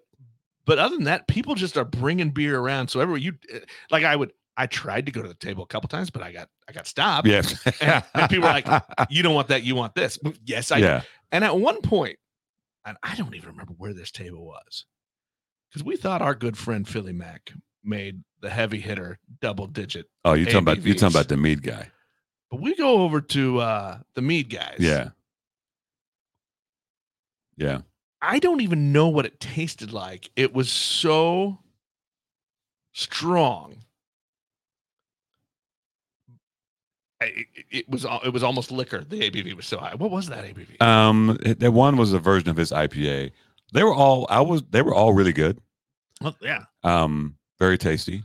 S2: But other than that, people just are bringing beer around. So everywhere you eh, like, I would, I tried to go to the table a couple times, but I got, I got stopped.
S1: yeah.
S2: and- and people were like, You don't want that. You want this. Well, Yes, I. do.
S1: Yeah.
S2: And at one point, and I don't even remember where this table was, because we thought our good friend Philly Mac made the heavy hitter double digit
S1: Oh, you're talking about you're talking
S2: ABVs.
S1: about the mead guy.
S2: But we go over to uh the mead guys.
S1: Yeah. Yeah.
S2: I don't even know what it tasted like. It was so strong. I- It, it was al- it was almost liquor. The ABV was so high. What was that ABV?
S1: Um that one was a version of his IPA. They were all I was they were all really good.
S2: Well, yeah,
S1: Um, very tasty.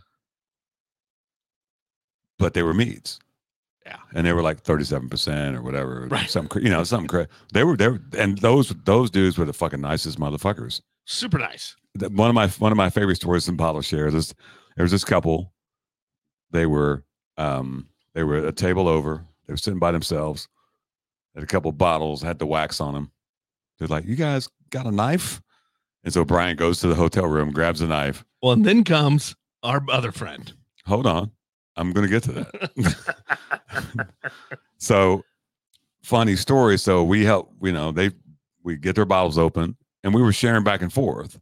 S1: but they were meads.
S2: Yeah.
S1: and they were like thirty-seven percent or whatever,
S2: Right.
S1: something cra- you know, something crazy. They were there, and those those dudes were the fucking nicest motherfuckers.
S2: Super nice.
S1: Th- One of my one of my favorite stories in bottle shares is there was this couple. They were um they were at a table over. They were sitting by themselves. Had a couple bottles, had the wax on them. They're like, "You guys got a knife?" And so Brian goes to the hotel room, grabs a knife.
S2: Well, and then comes our other friend.
S1: Hold on, I'm gonna get to that. So funny story. So we help, you know, they we get their bottles open and we were sharing back and forth.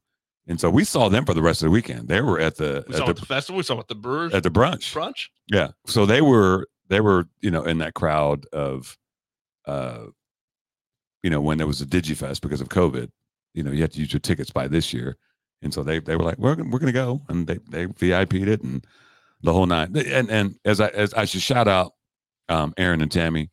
S1: And so we saw them for the rest of the weekend. They were at the
S2: we
S1: at
S2: saw at the
S1: the,
S2: festival. We saw at the brewers
S1: at the brunch.
S2: brunch.
S1: Yeah. So they were they were, you know, in that crowd of uh you know, when there was a Digifest because of COVID, you know, you had to use your tickets by this year. And so they they were like, We're gonna we're gonna go. And they they VIP'd it and the whole nine. And and as I as I should shout out um Aaron and Tammy,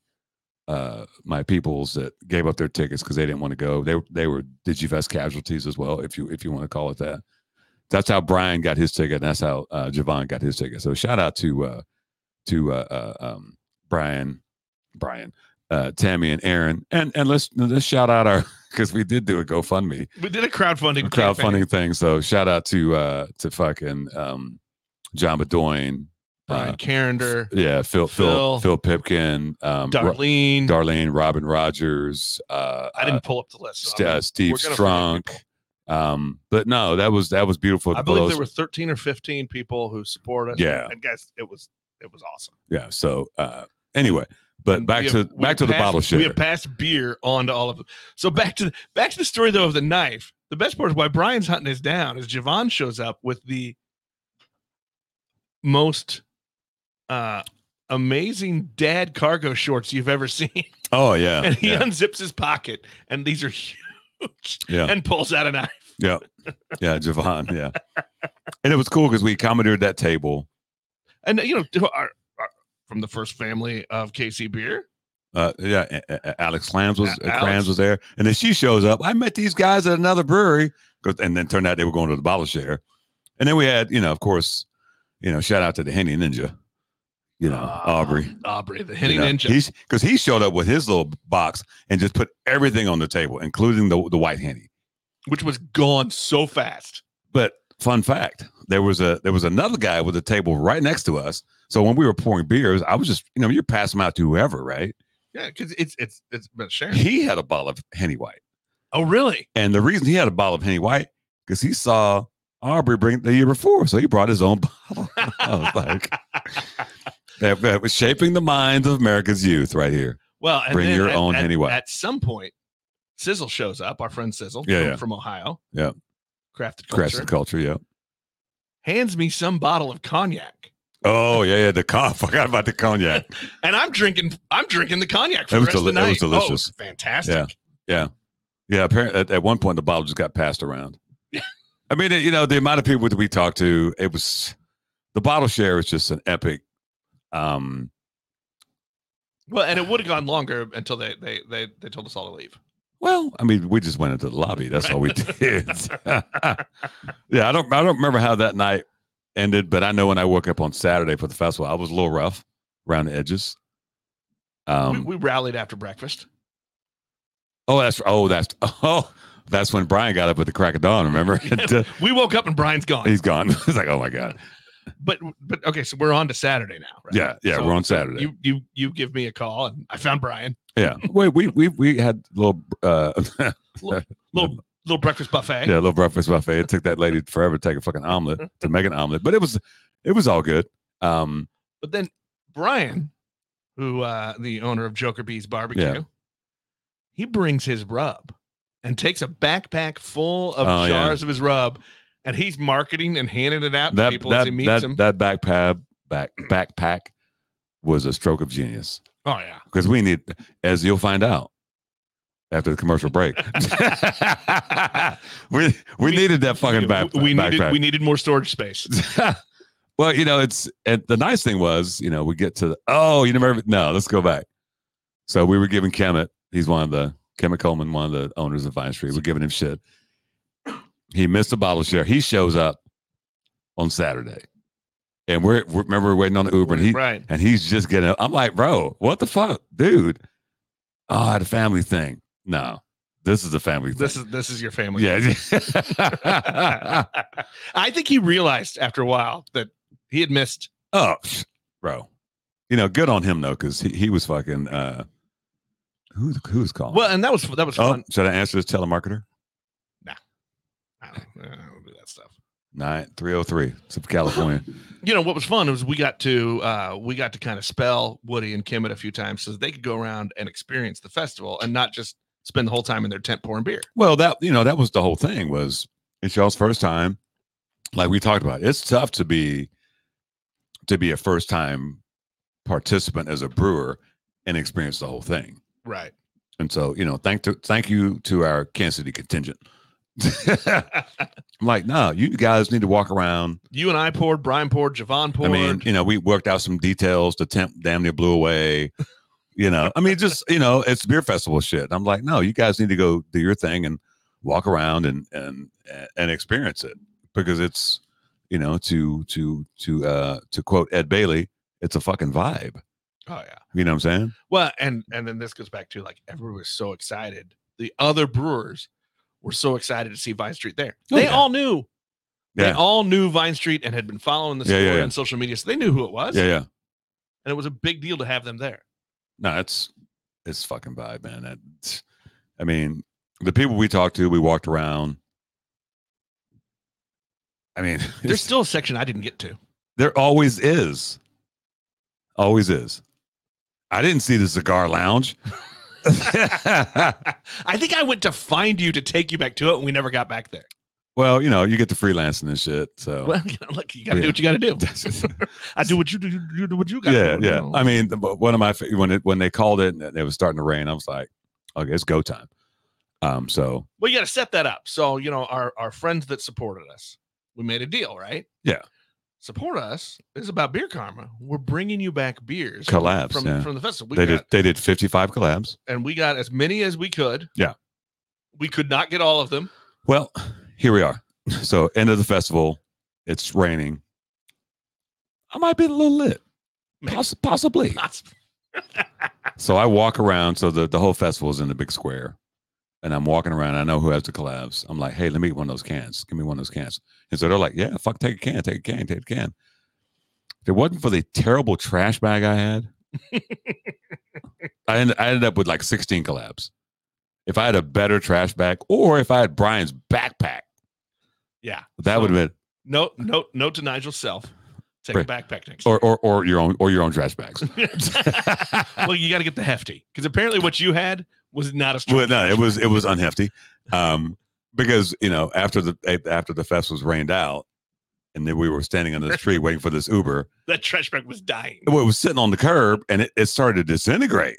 S1: uh my peoples that gave up their tickets because they didn't want to go. They were- they were Digifest casualties as well, if you if you want to call it that. That's how Brian got his ticket, and that's how uh Javon got his ticket. So shout out to uh to uh, uh, um, Brian, Brian, uh, Tammy, and Aaron, and and let's let's shout out our because we did do a GoFundMe
S2: We did a crowdfunding. campaign.
S1: crowdfunding thing. So shout out to uh, to fucking um, John Bedoin,
S2: Brian
S1: uh,
S2: Carender,
S1: yeah, Phil Phil
S2: Phil.
S1: Phil Pipkin, um, Ro-
S2: Darlene.
S1: Darlene, Robin Rogers, uh,
S2: I didn't pull up the
S1: uh,
S2: list. so
S1: St-
S2: I'm-
S1: uh, Steve
S2: we're gonna forget
S1: Strunk. Um, but no, that was that was beautiful.
S2: I
S1: for
S2: believe
S1: those-
S2: there were 13 or 15 people who support us.
S1: Yeah.
S2: and guys, it was it was awesome.
S1: yeah. So uh, anyway, but
S2: And
S1: back
S2: we
S1: to
S2: have- we
S1: back
S2: have
S1: to the
S2: passed-
S1: bottle
S2: We
S1: share.
S2: have passed beer on to all of them. So back to the, back to the story though of the knife. The best part is why Brian's hunting us down is Javon shows up with the most uh amazing dad cargo shorts you've ever seen.
S1: Oh yeah,
S2: and he
S1: yeah.
S2: unzips his pocket and these are huge
S1: Yeah.
S2: and pulls out a knife.
S1: Yeah. Yeah, Javon. Yeah. and it was cool because we commandeered that table.
S2: And you know, to our, our, from the first family of KC Beer.
S1: Uh, yeah, A- A- A- Alex Clams was
S2: A- Alex.
S1: Clams was there, and then she shows up. I met these guys at another brewery, 'Cause- and then turned out they were going to the bottle share, and then we had, you know, of course, you know, shout out to the Henny Ninja, you know,
S2: Ah,
S1: Aubrey,
S2: Aubrey, the
S1: you
S2: hitting
S1: know,
S2: ninja.
S1: He's because he showed up with his little box and just put everything on the table, including the the white henny.
S2: which was gone so fast.
S1: But fun fact, there was a there was another guy with a table right next to us. So when we were pouring beers, I was just you know you're passing them out to whoever, right?
S2: Yeah, because it's it's it's been sharing.
S1: He had a bottle of Henny White,
S2: Oh, really?
S1: and the reason he had a bottle of Henny White because he saw Aubrey bring it the year before, so he brought his own bottle. I was like, that, that was shaping the minds of America's youth right here.
S2: Well, and
S1: Bring
S2: then
S1: your
S2: at-
S1: own
S2: at,
S1: anyway.
S2: At some point, Sizzle shows up. Our friend Sizzle,
S1: Yeah,
S2: from,
S1: yeah.
S2: from Ohio.
S1: Yeah.
S2: crafted
S1: Crash
S2: culture.
S1: the culture, yeah.
S2: hands me some bottle of cognac,
S1: Oh yeah, yeah. The cop forgot about the cognac.
S2: and I'm drinking. I'm drinking the cognac for
S1: It
S2: the
S1: was
S2: rest of
S1: deli-
S2: the
S1: it was
S2: night. Oh,
S1: delicious.
S2: fantastic.
S1: Yeah. Yeah, apparently at, at one point the bottle just got passed around.
S2: Yeah.
S1: I mean, you know, the amount of people that we talked to, it was the bottle share is just an epic. Um,
S2: Well, and it would have gone longer until they they they they told us all to leave.
S1: well, I mean, we just went into the lobby. That's all we did. yeah, I don't, I don't remember how that night ended, but I know when I woke up on Saturday for the festival, I was a little rough around the edges. Um,
S2: we, we rallied after breakfast.
S1: oh, that's, oh, that's, oh, that's when Brian got up at the crack of dawn. Remember, And, uh,
S2: We woke up and Brian's gone.
S1: he's gone. it's like, oh my god,
S2: but but okay, so we're on to Saturday now. Right?
S1: yeah, yeah,
S2: So
S1: we're on Saturday.
S2: You you you give me a call and I found Brian.
S1: Yeah. Wait, we we we had a little uh yeah,
S2: Little little breakfast buffet.
S1: a little breakfast buffet. It took that lady forever to take a fucking omelet to make an omelet, but it was it was all good. Um
S2: But then Brian, who uh the owner of Joker Bee's barbecue,
S1: Yeah.
S2: he brings his rub and takes a backpack full of
S1: Oh, yeah.
S2: jars of his rub and he's marketing and handing it out to
S1: that
S2: people as
S1: that
S2: he meets
S1: that,
S2: them.
S1: that backpack back backpack was a stroke of genius
S2: oh yeah.
S1: because we need as you'll find out after the commercial break. we, we
S2: We-
S1: needed that fucking back
S2: we, we needed
S1: backpack.
S2: we needed more storage space.
S1: well, you know, it's and the nice thing was, you know, we get to the, oh, you never no, let's go back. So we were giving Kemet, he's one of the Kemet Coleman, one of the owners of Vine Street. We're giving him shit. He missed a bottle share. He shows up on Saturday. and we're, we're- remember we're waiting on the Uber, and he
S2: right.
S1: and he's just getting. I'm like, bro, what the fuck, dude? Oh, I had a family thing. No, this is a family
S2: This
S1: thing.
S2: is this is your family.
S1: yeah.
S2: I think he realized after a while that he had missed.
S1: oh, psh, bro. You know, good on him though, because he, he was fucking. uh Who who's calling?
S2: Well, and that was that was
S1: oh,
S2: fun.
S1: should I answer this telemarketer?
S2: I don't, I don't do that stuff.
S1: Nine three zero three. It's from California.
S2: You know what was fun was we got to uh we got to kind of spell Woody and Kimmett a few times so that they could go around and experience the festival and not just spend the whole time in their tent pouring beer.
S1: Well, that you know, that was the whole thing was it's y'all's first time. Like we talked about, it's tough to be to be a first time participant as a brewer and experience the whole thing.
S2: Right.
S1: And so, you know, thank to thank you to our Kansas City contingent. I'm like, no, you guys need to walk around.
S2: You and I poured, Brian poured, Javon poured.
S1: I mean, you know, we worked out some details. The temp damn near blew away. You know, I mean, just you know, it's beer festival shit. I'm like, no, you guys need to go do your thing and walk around and and and experience it because it's you know to to to uh to quote Ed Bailey, it's a fucking vibe.
S2: oh yeah.
S1: You know what I'm saying?
S2: Well, and and then this goes back to like everyone was so excited. The other brewers were so excited to see Vine Street there.
S1: Oh,
S2: they
S1: yeah.
S2: all knew. They
S1: Yeah.
S2: all knew Vine Street and had been following the
S1: Yeah,
S2: story
S1: yeah, yeah.
S2: on social media, so they knew who it was.
S1: Yeah, yeah.
S2: And it was a big deal to have them there.
S1: No, it's it's fucking vibe, man. That I mean, the people we talked to, we walked around. I mean,
S2: There's still a section I didn't get to.
S1: There always is. Always is. I didn't see the cigar lounge.
S2: I think I went to find you to take you back to it, and we never got back there.
S1: well, you know, you get to freelancing and shit. So
S2: Well, you know, look, you
S1: Oh.
S2: gotta do
S1: Yeah.
S2: what you gotta do. I do what you do. You do what you gotta
S1: yeah,
S2: do. you
S1: yeah.
S2: know?
S1: I mean, the- but one of my fa- when it when they called it and it was starting to rain, I was like, okay, it's go time. Um, so
S2: Well, you got to set that up. So, you know, our our friends that supported us, we made a deal, right?
S1: Yeah.
S2: Support us is about beer karma. We're bringing you back beers from-
S1: collabs.
S2: from
S1: yeah.
S2: from the festival. We
S1: they did
S2: got,
S1: they did fifty five collabs.
S2: and we got as many as we could.
S1: Yeah.
S2: We could not get all of them.
S1: Well, here we are. So end of the festival. It's raining. I might be a little lit.
S2: Maybe.
S1: Poss- possibly.
S2: Possibly.
S1: So I walk around. So the, the whole festival is in the big square. And I'm walking around. I know who has the collabs. I'm like, hey, let me get one of those cans. Give me one of those cans. And so they're like, yeah, fuck, take a can, take a can, take a can. If it wasn't for the terrible trash bag I had, I, end, I ended up with like 16 collabs. If I had a better trash bag or if I had Brian's backpack,
S2: Yeah.
S1: that would have been,
S2: Note, note, note to Nigel's self. Take a
S1: Right.
S2: backpack next.
S1: or, or, or your own, or your own trash bags.
S2: time. well, you got to get the hefty because apparently what you had was not a strong
S1: Well, no,
S2: version.
S1: it was it was unhefty, um, because you know after the a- after the fest was rained out, and then we were standing under this tree waiting for this Uber.
S2: that trash bag was dying,
S1: Well, it was sitting on the curb, and it, it started to disintegrate.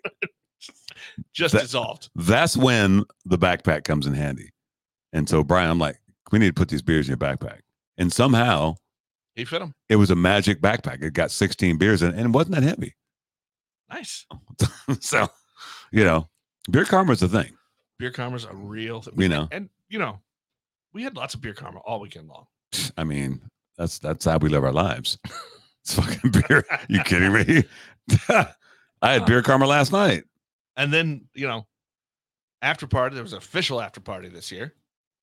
S2: just
S1: that-
S2: dissolved.
S1: That's when the backpack comes in handy, and so Brian, I'm like, we need to put these beers in your backpack, and somehow
S2: He fit him.
S1: it was a magic backpack. It got 16 beers in, it, and it wasn't that heavy.
S2: Nice.
S1: so, you know, beer karma's a thing.
S2: beer karma's a real thing.
S1: You know,
S2: And you know, we had lots of beer karma all weekend long.
S1: I mean, that's that's how we live our lives. It's fucking beer. You kidding me? I had beer karma last night.
S2: And then, you know, after party, there was an official after party this year.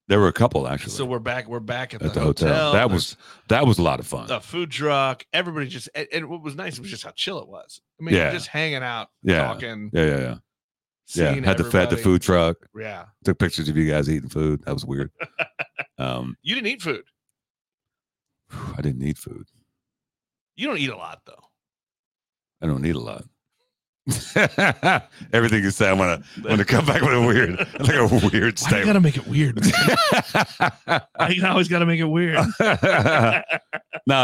S1: There were a couple actually.
S2: So we're back, we're back at,
S1: At the hotel. That was that was a lot of fun.
S2: the food truck. Everybody just and, and what was nice was just how chill it was. I mean,
S1: Yeah.
S2: just hanging out,
S1: Yeah.
S2: talking,
S1: yeah, yeah, yeah. Yeah.
S2: seeing
S1: Had the fed the
S2: everybody.
S1: food truck.
S2: Yeah.
S1: Took pictures of you guys eating food. That was weird. um,
S2: You didn't eat food.
S1: I didn't need food.
S2: You don't eat a lot though.
S1: I don't need a lot. Everything you say, I'm gonna I'm gonna come back with a weird, like a weird
S2: Why you
S1: statement.
S2: gotta make it weird. Why you always gotta make it weird.
S1: no,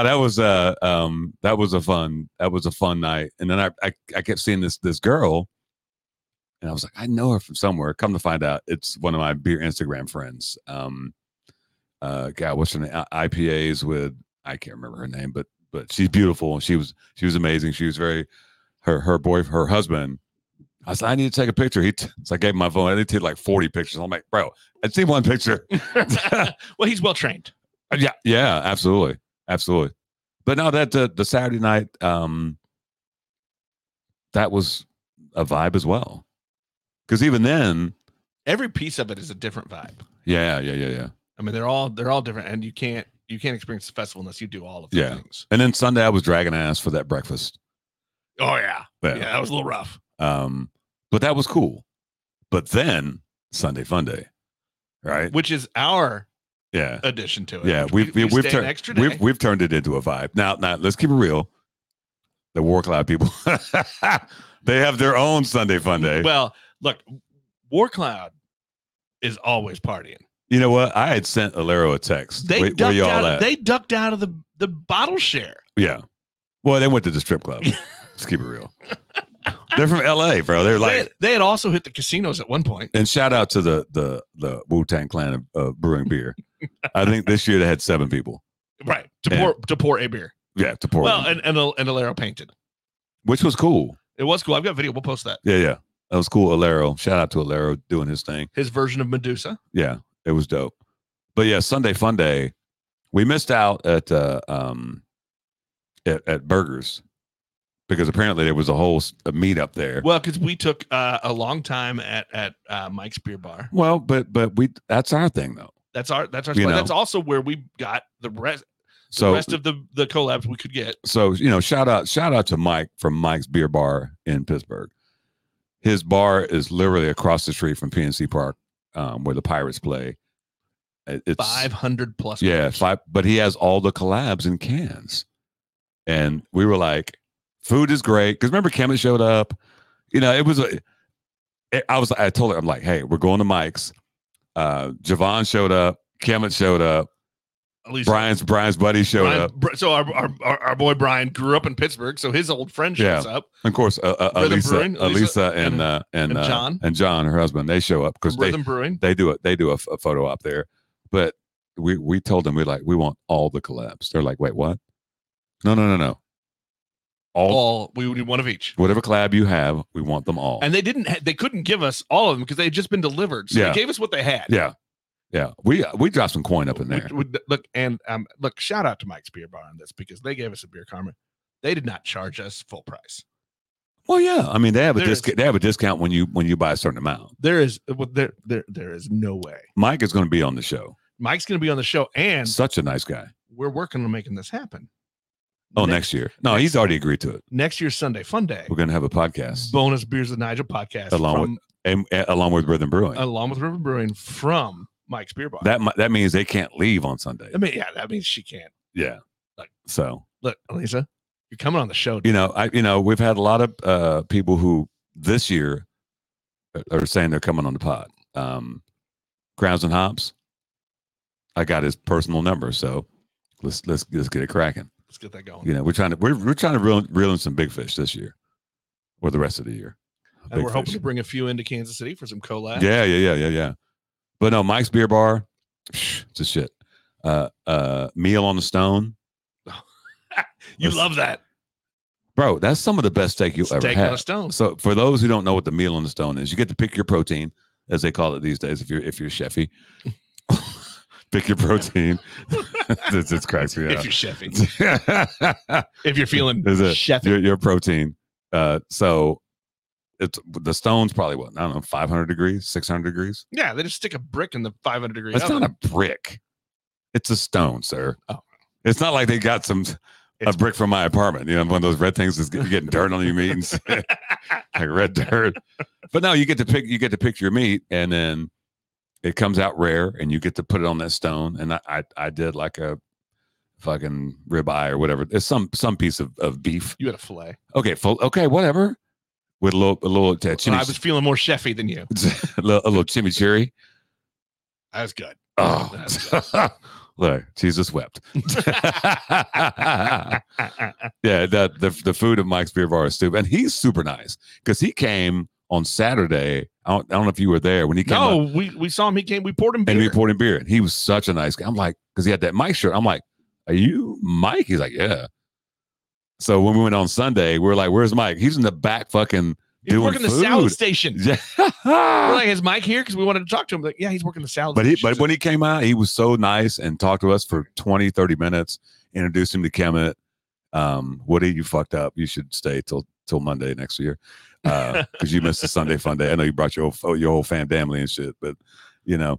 S1: that was uh um that was a fun that was a fun night. And then I I, I kept seeing this this girl and I was like, I know her from somewhere. Come to find out it's one of my beer Instagram friends. Um uh God, what's her name? I- IPAs with I can't remember her name, but but she's beautiful. She was she was amazing. She was very her her boy her husband. I said, I need to take a picture. He t- so I gave him my phone. I need to take like 40 pictures. I'm like, bro, I'd see one picture.
S2: well, he's well trained.
S1: Uh, Yeah, yeah, absolutely, absolutely. But no, that the, the Saturday night, um, that was a vibe as well. Because even then,
S2: Every piece of it is a different vibe.
S1: yeah, yeah, yeah, yeah.
S2: I mean, they're all they're all different, and you can't you can't experience the festival unless you do all of the
S1: Yeah.
S2: things.
S1: And then Sunday, I was dragging ass for that breakfast.
S2: Oh yeah.
S1: Yeah.
S2: yeah, that was a little rough.
S1: Um, but that was cool. But then Sunday Fun Day, right?
S2: Which is our
S1: Yeah.
S2: addition to it.
S1: Yeah,
S2: which
S1: we've we, we, have
S2: stayed an
S1: turned
S2: extra day.
S1: we've we've turned it into a vibe. Now, now let's keep it real. The War Cloud people, they have their own Sunday Fun Day.
S2: Well, look, War Cloud is always partying.
S1: you know what? I had sent Alero a text.
S2: They
S1: Where- where,
S2: ducked
S1: y'all
S2: out.
S1: at?
S2: Of, they ducked out of the the bottle share.
S1: yeah. Well, they went to the strip club. let's keep it real. They're from L.A., bro. They're
S2: They
S1: like,
S2: had, they had also hit the casinos at one point.
S1: and shout out to the the the Wu Tang Clan of uh, brewing beer. I think this year they had seven people.
S2: Right to
S1: Yeah.
S2: pour to pour a beer.
S1: Yeah, to pour.
S2: Well,
S1: one.
S2: and and Al- and Alero painted.
S1: which was cool.
S2: It was cool. I've got video. We'll post that.
S1: Yeah, yeah, that was cool. Alero, shout out to Alero doing his thing.
S2: His version of Medusa.
S1: yeah, it was dope. But yeah, Sunday Fun Day, we missed out at uh, um at, at burgers because apparently there was a whole s- a meetup there. Well,
S2: Well, because we took uh, a long time at at uh, Mike's Beer Bar.
S1: but but we that's our thing though.
S2: That's our that's our
S1: You
S2: spot.
S1: know.
S2: That's also where we got the rest the
S1: So
S2: rest of the the collabs we could get.
S1: so you know shout out shout out to Mike from Mike's Beer Bar in Pittsburgh. His bar is literally across the street from PNC Park, um, where the Pirates play. It- It's
S2: Five hundred plus.
S1: Yeah,
S2: members.
S1: five, but he has all the collabs in cans. And we were like, food is great. Cause remember, Kemet showed up. You know, it was, a, it- I was, I told her, I'm like, hey, we're going to Mike's. Uh, Javon showed up. Kemet showed up.
S2: At least
S1: Brian's, Brian's buddy showed
S2: Brian-
S1: up.
S2: Br- so our, our our our boy Brian grew up in Pittsburgh, so his old friend shows up.
S1: Of course, uh, uh,
S2: Rhythm
S1: Elisa,
S2: Brewing, Elisa,
S1: Elisa and,
S2: and-
S1: uh, and,
S2: and
S1: uh,
S2: John.
S1: and John, her husband, they show up because
S2: From
S1: they,
S2: Rhythm Brewing.
S1: they do it. They do a, f- a photo op there, but we we told them we like we want all the collabs. They're like, wait, what? No, no, no, no. All
S2: All we would do one of each.
S1: whatever collab you have, we want them all.
S2: And they didn't. ha- They couldn't give us all of them because they had just been delivered. So
S1: Yeah.
S2: they gave us what they had.
S1: yeah, yeah. We we dropped some coin up in
S2: Oh, We-
S1: there.
S2: we- look and um, look, shout out to Mike's Beer Bar on this because they gave us a beer karma. They did not charge us full price.
S1: Well, yeah. I mean, they have a
S2: There is-
S1: discount. They have a discount when you when you buy a certain amount.
S2: There is uh, well, there there there is no way.
S1: Mike is going to be on the show.
S2: Mike's going to be on the show, and
S1: Such a nice guy.
S2: we're working on making this happen.
S1: Oh,
S2: Ne-
S1: next, year. No, he's already agreed to it.
S2: next year's Sunday Fun Day.
S1: We're going to have a podcast
S2: Bonus beers with Nigel podcast
S1: Along with-
S2: from,
S1: and, and- along with Rhythm Brewing.
S2: along with River Brewing from Mike's Beer Bar.
S1: that mi- that means they can't leave on Sunday.
S2: I mean, yeah, that means she can't.
S1: Yeah.
S2: Like-
S1: So
S2: Look, Lisa, you're coming on the show.
S1: you know, I you know, we've had a lot of uh people who this year are- are saying they're coming on the pod. Um Crowns and Hops. I got his personal number, so let's let's let's get it cracking.
S2: Let's get that going.
S1: You know, we're trying to we're we're trying to reel, reel in some big fish this year or the rest of the year.
S2: and
S1: Big
S2: we're hoping
S1: fish.
S2: to bring a few into Kansas City for some collabs.
S1: Yeah, yeah, yeah, yeah, yeah. But no, Mike's Beer Bar, it's a shit. Uh uh Meal on the Stone.
S2: you
S1: Let's-
S2: love that.
S1: Bro, that's some of the best steak you'll ever
S2: Steak
S1: have.
S2: on a stone.
S1: So for those who don't know what the meal on the stone is, you get to pick your protein, as they call it these days. If you're if you're chefy, pick your protein. this this cracks me
S2: If
S1: up.
S2: you're chefing, if you're feeling
S1: Is it-
S2: chefing,
S1: your your protein. Uh, so it's the stone's probably what I don't know, five hundred degrees, six hundred degrees.
S2: yeah, they just stick a brick in the 500 degree.
S1: It's
S2: oven.
S1: not a brick. It's a stone, sir.
S2: Oh.
S1: It's not like they got some
S2: It's-
S1: a brick from my apartment. You know, one of those red things that's get- getting dirt on your meat and like red dirt. But no, you get to pick you get to pick your meat and then it comes out rare and you get to put it on that stone. And I I, I did like a fucking ribeye or whatever. It's some some piece of, of beef.
S2: you had a fillet.
S1: Okay, full, okay, whatever. With a little a little uh,
S2: I was
S1: chimichurri,
S2: feeling more chefy than you.
S1: a little, a little chimichurri.
S2: That was good.
S1: Oh, look, Jesus wept. Uh, Yeah, the, the the food of Mike's Beer Bar is stupid, and he's super nice because he came on Saturday. I don't, I don't know if you were there when he came,
S2: no,
S1: up
S2: we, we saw him. He came. We poured him beer.
S1: and we poured him beer, and he was such a nice guy. I'm like, because he had that Mike shirt. I'm like, are you Mike? He's like, yeah. So when we went on Sunday, we were like, where's Mike? He's in the back fucking
S2: He's
S1: doing
S2: working the
S1: food.
S2: salad station.
S1: yeah.
S2: We're like, is Mike here? Because we wanted to talk to him. Like, yeah, he's working the salad.
S1: But he,
S2: station.
S1: but when he came out, he was so nice and talked to us for 20, 30 minutes, introduced him to Kemet. Um, Woody, you fucked up. You should stay till till Monday next year because you missed the Sunday fun day. I know you brought your whole, oh, your whole fam family and shit, but you know,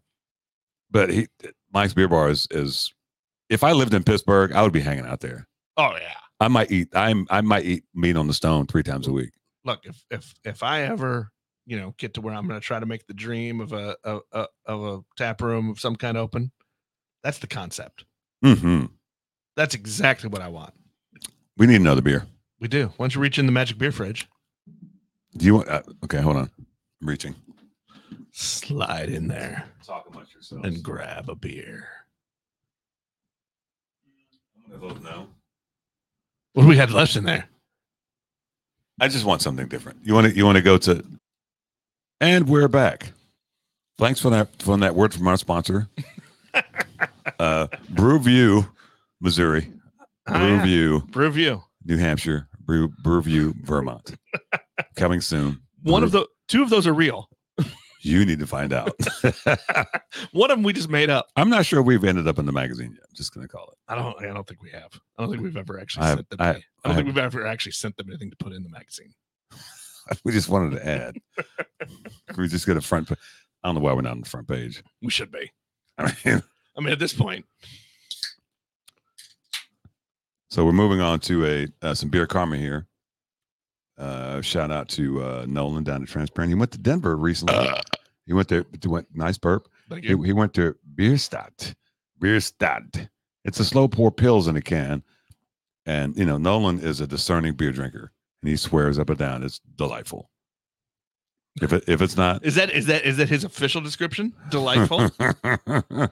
S1: but he Mike's Beer Bar is is. If I lived in Pittsburgh, I would be hanging out there.
S2: Oh yeah.
S1: I might eat. I'm. I might eat meat on the stone three times a week.
S2: Look, if if if I ever you know get to where I'm going to try to make the dream of a, a, a of a tap room of some kind open, that's the concept.
S1: hmm
S2: That's exactly what I want.
S1: We need another beer.
S2: We do. Once you reach in the magic beer fridge,
S1: Do you want? Uh, okay, hold on. I'm reaching.
S2: slide in there
S1: Talk amongst yourselves.
S2: and grab a beer.
S1: I vote no.
S2: What do we had left in there?
S1: I just want something different. You want to? You want to go to? And we're back. Thanks for that. From that word from our sponsor, uh, Brewview, Missouri,
S2: Ah,
S1: Brewview,
S2: Brewview.
S1: New Hampshire, Brew Brewview, Vermont. Coming soon.
S2: One of
S1: Brew-
S2: the two of those are real.
S1: You need to find out.
S2: One of them we just made up.
S1: I'm not sure we've ended up in the magazine yet. just gonna call it.
S2: I don't. I don't think we have. I don't think we've ever actually
S1: I have-
S2: sent them.
S1: I-
S2: any- I
S1: I
S2: don't think we've ever actually sent them anything to put in the magazine.
S1: We just wanted to add. we just got a front. pa- I don't know why we're not on the front page.
S2: We should be.
S1: I mean,
S2: I mean, at this point,
S1: So we're moving on to a uh, some beer karma here. Uh, shout out to uh, Nolan down at Transparent. He went to Denver recently. he went there to went nice burp.
S2: thank
S1: He,
S2: you.
S1: he went to Bierstadt. Bierstadt. It's a slow pour pills in a can, and you know Nolan is a discerning beer drinker, and he swears up and down it's delightful. If it, if it's not
S2: Is that is that is that his official description? Delightful. that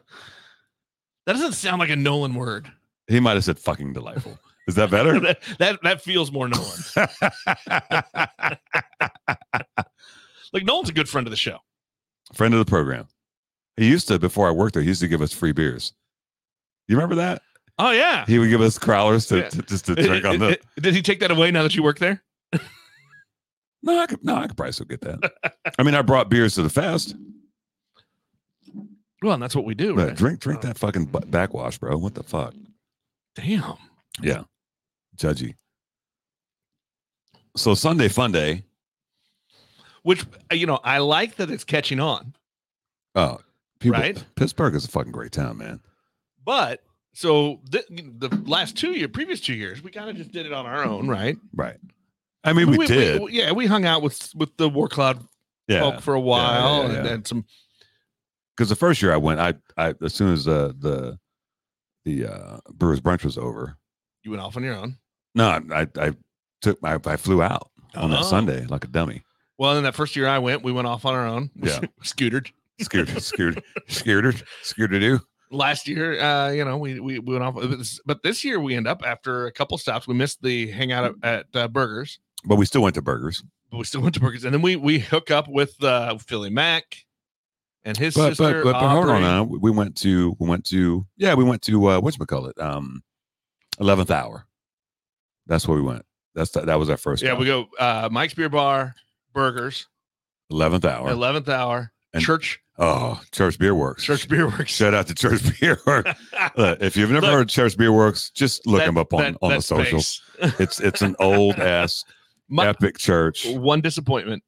S2: doesn't sound like a Nolan word.
S1: he might have said fucking delightful. Is that better?
S2: that, that that feels more Nolan. Like Nolan's a good friend of the show.
S1: friend of the program. He used to before I worked there. He used to give us free beers. You remember that?
S2: Oh yeah.
S1: He would give us crowlers to,
S2: Yeah.
S1: to- just to drink on the.
S2: Did he take that away now that you work there?
S1: No, I could, no, I could probably still get that. I mean, I brought beers to the fest.
S2: Well, and that's what we do.
S1: But
S2: right?
S1: drink, drink that fucking bu- backwash, bro. What the fuck,
S2: Damn.
S1: judgy. So Sunday fun day.
S2: Which uh, you know, I like that it's catching on,
S1: Oh, people,
S2: Right?
S1: Pittsburgh is a fucking great town, man.
S2: but so the, the last two year, previous two years, we kind of just did it on our own, right?
S1: Right. I mean, we, did.
S2: yeah, we hung out with with the War Cloud
S1: yeah.
S2: folk for a while,
S1: yeah,
S2: and
S1: yeah.
S2: then some.
S1: because the first year I went, I, I as soon as the the the uh, Brewers brunch was over,
S2: You went off on your own.
S1: no, I I took I, I flew out on that
S2: Oh.
S1: Sunday like a dummy,
S2: Well, in that first year I went, we went off on our own. We
S1: Yeah.
S2: scootered.
S1: scared scared scared scared to do.
S2: Last year, uh, you know, we, we we went off, but this- but this year we end up after a couple stops. We missed the hangout at, at uh, Burgers,
S1: But we still went to burgers.
S2: but we still went to Burgers, and then we we hook up with uh, Philly Mac and his
S1: But but,
S2: sister.
S1: but, but hold on,
S2: Aubrey.
S1: now. we went to we went to yeah we went to uh, what call it um eleventh hour. That's where we went. That's the, that was our first.
S2: Yeah, we go uh, Mike's Beer Bar, Burgers,
S1: eleventh hour.
S2: eleventh hour,
S1: And-
S2: Church
S1: oh, Church Beer Works.
S2: Church Beer Works.
S1: Shout out to Church Beer Works. Look, if you've never
S2: Look.
S1: heard Church Beer Works, just look
S2: That-
S1: them up on,
S2: that-
S1: on the
S2: that
S1: socials.
S2: space.
S1: It's it's an old ass
S2: My-
S1: epic church.
S2: one disappointment.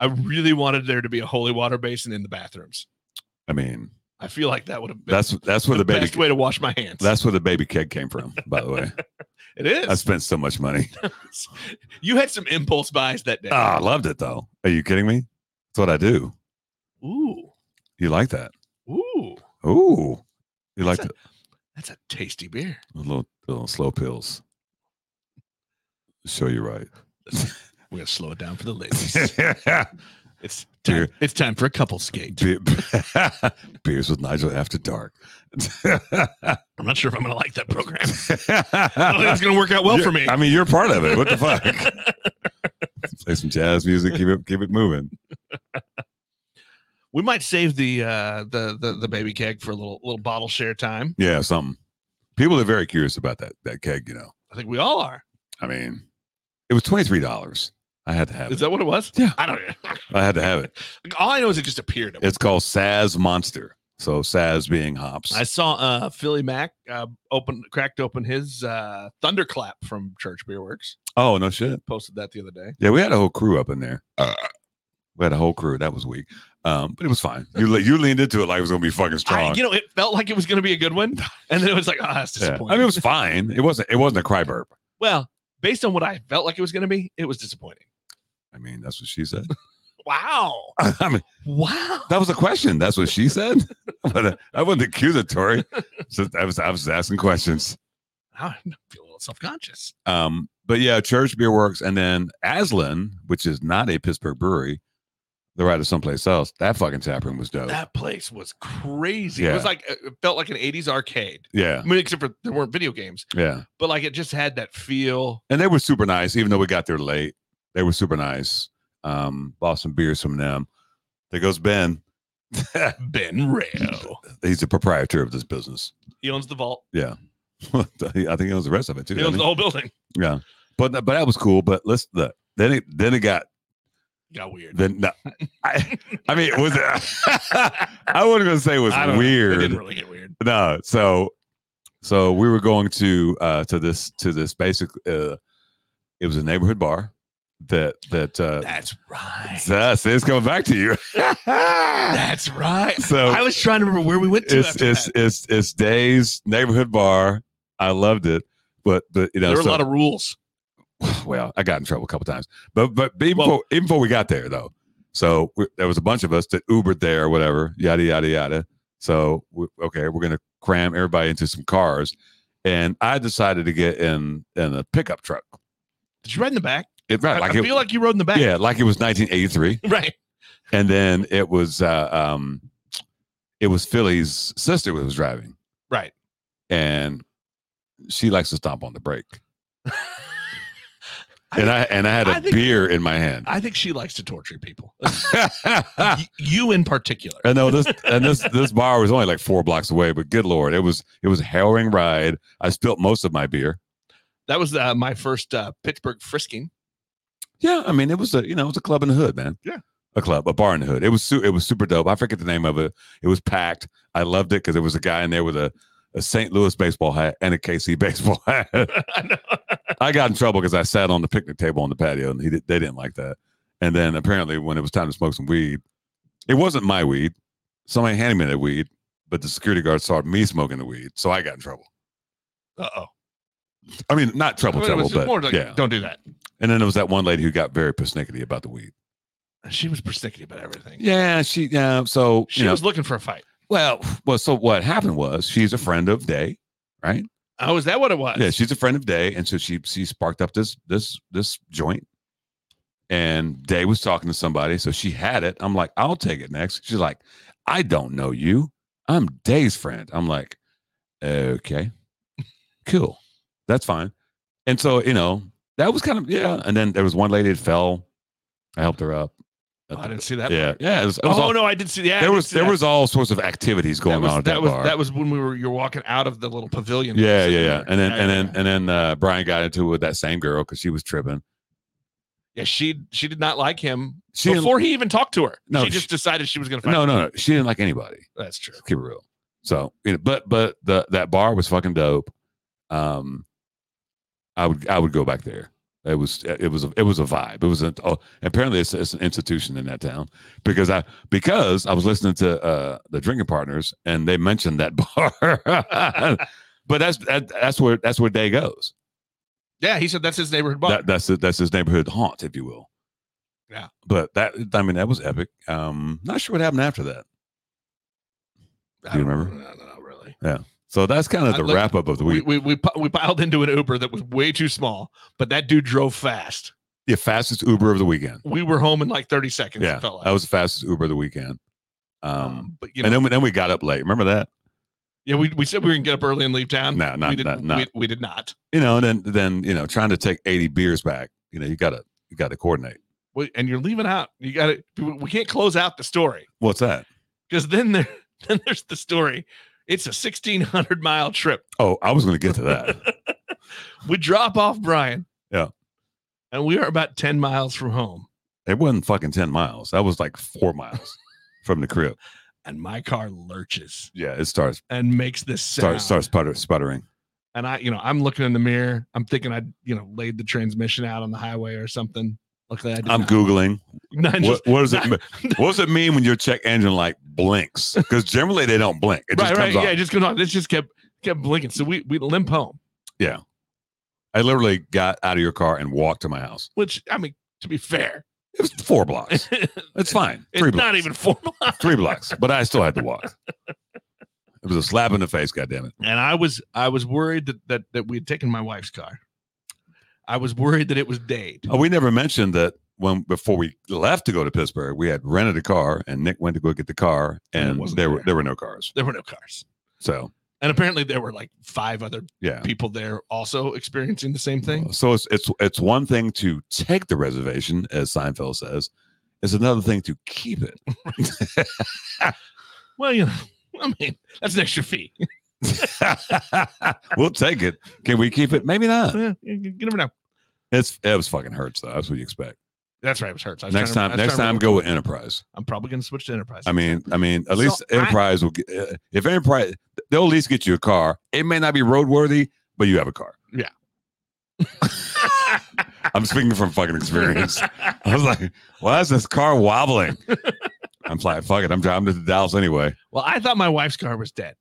S2: I really wanted there to be a holy water basin in the bathrooms.
S1: I mean,
S2: I feel like that would have been
S1: that's that's where the,
S2: the
S1: baby
S2: best way to wash my hands.
S1: that's where the baby keg came from. By the way,
S2: it
S1: I
S2: is.
S1: spent so much money.
S2: you had some impulse buys that day.
S1: Ah, I loved it though. Are you kidding me? That's what I do.
S2: ooh,
S1: You like that?
S2: ooh,
S1: Ooh, you like
S2: That's
S1: the
S2: that's a tasty beer.
S1: little little slow pills. Show you right.
S2: We're gonna slow it down for the ladies. it's
S1: Beer.
S2: time, it's time for a couple skate.
S1: Beer- Beers with Nigel after dark.
S2: I'm not sure if I'm gonna like that program. I don't think it's gonna work out well
S1: You're-
S2: for me.
S1: I mean, you're part of it. What the fuck? Play some jazz music. Keep it, keep it moving.
S2: we might save the uh the, the the baby keg for a little little bottle share time.
S1: Yeah, something. People are very curious about that that keg. You know,
S2: I think we all are.
S1: I mean, it was twenty three dollars. I had to have
S2: Is
S1: it.
S2: that what it was?
S1: Yeah.
S2: I don't know.
S1: I had to have it.
S2: All I know is it just appeared. at
S1: It's called Saz Monster. So Saz being hops.
S2: I saw uh, Philly Mac uh, open cracked open his uh, thunderclap from Church Beer Works.
S1: oh no shit.
S2: Posted that the other day.
S1: Yeah, we had a whole crew up in there. Uh, we had a whole crew. That was weak, um, but it was fine. You le- you leaned into it like it was gonna be fucking strong.
S2: I, you know, it felt like it was going to be a good one, and then it was like, oh, that's
S1: Yeah.
S2: disappointing.
S1: I mean, it was fine. It wasn't. It wasn't a cry burp.
S2: well, based on what I felt like it was going to be, it was disappointing.
S1: I mean, that's what she said.
S2: Wow,
S1: I mean,
S2: wow.
S1: that was a question. That's what she said. but uh, I wasn't accusatory. So I was I was asking questions.
S2: I feel a little self conscious.
S1: Um, but yeah, Church Beer Works, and then Aslan, which is not a Pittsburgh brewery, they're out of someplace else. That fucking tap room was dope.
S2: That place was crazy.
S1: Oh.
S2: It
S1: Yeah. Uh.
S2: was like uh, it felt like an '80s arcade.
S1: yeah,
S2: I mean, except for there weren't video games,
S1: yeah.
S2: but like it just had that feel.
S1: and they were super nice even though we got there late they were super nice um bought some beers from them there goes ben
S2: Ben Rayo.
S1: he's the proprietor of this business
S2: He owns the vault.
S1: yeah i think he owns the rest of it too
S2: He owns
S1: doesn't
S2: the whole building.
S1: he? yeah but but that was cool but let's the then it then it got
S2: Got weird.
S1: then no, i i mean was it i wasn't gonna say it was
S2: I don't know. It
S1: weird
S2: didn't really get weird.
S1: no so so we were going to uh to this to this basic uh it was a neighborhood bar that that uh
S2: That's right.
S1: Yes, it's coming back to you.
S2: That's right.
S1: So-
S2: I was trying to remember where we went to.
S1: Oh. it's
S2: after
S1: it's
S2: that.
S1: it's it's Dave's neighborhood bar. I loved it, but but you know,
S2: there were
S1: so-
S2: a lot of rules.
S1: well, I got in trouble a couple times. But but even,
S2: Well-
S1: before, even before we got there though, so we, there was a bunch of us that Ubered there or whatever, yada yada yada. So we, okay, we're gonna cram everybody into some cars, and I decided to get in in a pickup truck.
S2: Did you ride in the back?
S1: It right
S2: I,
S1: Uh, like
S2: I
S1: it,
S2: feel like you rode in the back.
S1: yeah, like it was 1983.
S2: Right.
S1: and then it was uh, um it was Philly's sister who was driving,
S2: Right.
S1: and she likes to stomp on the brake.
S2: I-
S1: and I and I had a
S2: I think-
S1: beer in my hand.
S2: I think she likes to torture people.
S1: Ah.
S2: Y- you in particular.
S1: and no, this and this this bar was only like four blocks away, but good lord, it was it was a harrowing ride. I spilt most of my beer.
S2: That was uh, my first uh, Pittsburgh frisking.
S1: Yeah, I mean it was a you know it was a club in the hood, man.
S2: Yeah.
S1: a club, a bar in the hood. It was su- it was super dope. I forget the name of it. It was packed. I loved it because there was a guy in there with a a St. Louis baseball hat and a KC baseball hat.
S2: I know.
S1: I got in trouble because I sat on the picnic table on the patio, and he did, they didn't like that. And then apparently, when it was time to smoke some weed, it wasn't my weed. Somebody handed me that weed, but the security guard saw me smoking the weed, so I got in trouble.
S2: Uh oh.
S1: I mean, not trouble, trouble, but yeah.
S2: yeah. Don't do that.
S1: And then there was that one lady who got very persnickety about the weed.
S2: She was persnickety about everything.
S1: Yeah, she yeah. So
S2: She
S1: you know,
S2: was looking for a fight.
S1: well, well. So what happened was she's a friend of Day, right?
S2: Oh, is that what it was?
S1: Yeah, she's a friend of Day, and so she she sparked up this this this joint, and Day was talking to somebody, so she had it. I'm like, I'll take it next. She's like, I don't know you. I'm Day's friend. I'm like, okay, cool, that's fine. And so you know that was kind of yeah. And then there was one lady that fell. I helped her up.
S2: Oh, I didn't see that.
S1: Yeah, yeah. It was, it was
S2: oh
S1: all-
S2: no, I did see that.
S1: There was there was all sorts of activities going
S2: that was,
S1: on at that,
S2: that was
S1: bar.
S2: that was when we were you're walking out of the little pavilion. that
S1: Yeah,
S2: was
S1: yeah,
S2: sitting
S1: yeah.
S2: there.
S1: And then and then
S2: yeah.
S1: and then uh Brian got into it with that same girl because she was tripping.
S2: Yeah, she she did not like him
S1: She didn't,
S2: before he even talked to her.
S1: No,
S2: she just
S1: she-
S2: decided she was gonna fight.
S1: no, no, no. She didn't like anybody.
S2: that's true.
S1: Let's keep it real. So, you know, but but the that bar was fucking dope. Um, I would I would go back there. It was it was a, it was a vibe. It was an, oh, apparently it's, it's an institution in that town because I because I was listening to uh the drinking partners and they mentioned that bar. but that's that, that's where that's where day goes.
S2: Yeah, he said that's his neighborhood bar.
S1: that, that's it. That's his neighborhood haunt, if you will.
S2: Yeah.
S1: But that, I mean, that was epic. Um, not sure what happened after that.
S2: I
S1: do you
S2: don't-
S1: remember?
S2: No, no, no, really.
S1: So that's kind of
S2: I
S1: the
S2: look-
S1: wrap up of the
S2: We
S1: week.
S2: we, we pi- we piled into an Uber that was way too small, but that dude drove fast.
S1: the fastest Uber of the weekend.
S2: We were home in like 30 seconds.
S1: Yeah,
S2: it felt like.
S1: that was the fastest Uber of the weekend. Um,
S2: um, but you know,
S1: and then we, then we got up late. Remember that?
S2: yeah, we, we said we were gonna get up early and leave town.
S1: No, not-
S2: we did
S1: not- not.
S2: We, we did not.
S1: You know, and then then you know, trying to take eighty beers back. You know, you gotta you gotta coordinate.
S2: We, and you're leaving out. You got to. We can't close out the story.
S1: What's that?
S2: because then there then there's the story. It's a sixteen hundred mile trip.
S1: Oh, I was gonna get to that.
S2: We drop off Brian.
S1: Yeah.
S2: And we are about ten miles from home.
S1: it wasn't fucking ten miles. That was like four miles from the crib.
S2: and my car lurches
S1: Yeah, it starts
S2: and makes this sound.
S1: starts starts sputter, sputtering.
S2: And I, you know, I'm looking in the mirror. I'm thinking I, you know, laid the transmission out on the highway or something. Luckily, I did
S1: I'm
S2: not.
S1: googling.
S2: Not
S1: What,
S2: just-
S1: what does it?
S2: not-
S1: me- What does it mean when your check engine light blinks? Because generally they don't blink. It
S2: right,
S1: just
S2: right.
S1: comes on.
S2: Yeah, it just comes on. This just kept kept blinking. So we we limp home,
S1: I literally got out of your car and walked to my house.
S2: which I mean, to be fair,
S1: It was four blocks.
S2: it's
S1: It's fine. Three blocks.
S2: not even formal.
S1: three blocks, but I still had to walk. It was a slap in the face. God damn it!
S2: and I was I was worried that that that we had taken my wife's car. I was worried that it was Dade.
S1: Oh, we never mentioned that when before we left to go to Pittsburgh, we had rented a car, and Nick went to go get the car,
S2: And it
S1: and
S2: wasn't
S1: there were
S2: there.
S1: there were no cars.
S2: There were no cars,
S1: So
S2: and apparently there were like five other
S1: yeah,
S2: people there also experiencing the same thing.
S1: so it's it's it's one thing to take the reservation, as Seinfeld says. It's another thing to keep it.
S2: Well, you know, I mean, that's an extra fee.
S1: we'll take it. Can we keep it? Maybe not.
S2: Yeah, you, you never know.
S1: It's it was fucking hurts though. That's what you expect.
S2: That's right. It was hurts. I was
S1: Next
S2: trying
S1: time,
S2: to- I was
S1: next
S2: trying to
S1: time,
S2: remember-
S1: go with Enterprise.
S2: I'm probably going to switch to enterprise.
S1: I mean, I mean, at
S2: So
S1: least
S2: I-
S1: Enterprise will. Get, uh, if Enterprise, they'll at least get you a car. It may not be roadworthy, but you have a car. I'm speaking from fucking experience. I was like, why is this car wobbling? I'm like, fuck it. I'm driving to Dallas anyway.
S2: Well, I thought my wife's car was dead,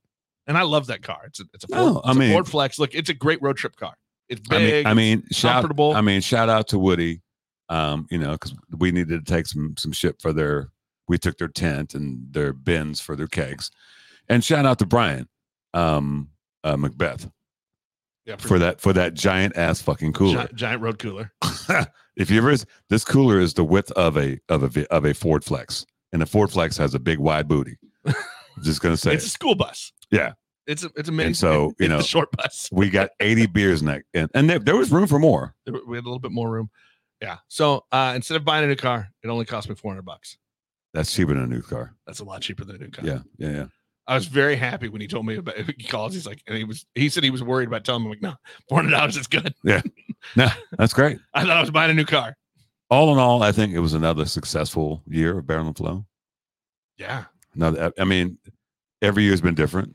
S2: and I love that car. It's a it's a Ford,
S1: No, I
S2: it's a
S1: mean-
S2: Ford Flex. Look, it's a great road trip car. It's
S1: I mean,
S2: big,
S1: I mean, shout.
S2: comfortable.
S1: I mean, shout out to Woody. Um, you know, because we needed to take some some shit for their. We took their tent and their bins for their cakes, and shout out to Brian, um, uh, Macbeth
S2: yeah, for,
S1: for that for that giant ass fucking
S2: gi-
S1: cooler.
S2: Giant, road cooler.
S1: if you ever this cooler is the width of a of a ve- of a Ford Flex, and the Ford Flex has a big wide booty. I'm just gonna say
S2: It's a
S1: it.
S2: school bus.
S1: Yeah.
S2: it's a it's a mini.
S1: And so, you
S2: it- it's
S1: know-
S2: a short bus.
S1: we got 80 beers neck, and and there, there was room for more.
S2: There were- We had a little bit more room. Yeah. So uh, instead of buying a new car, it only cost me four hundred bucks.
S1: That's cheaper than a new car.
S2: That's a lot cheaper than a new car.
S1: Yeah, yeah, yeah.
S2: I was very happy when he told me about. He calls. He's like, and he was. He said he was worried about telling me like, no, four hundred dollars is good.
S1: That's great.
S2: I thought I was buying a new car.
S1: All in all, I think it was another successful year of Barrel and Flow.
S2: Yeah.
S1: Another, I I mean, every year's been different.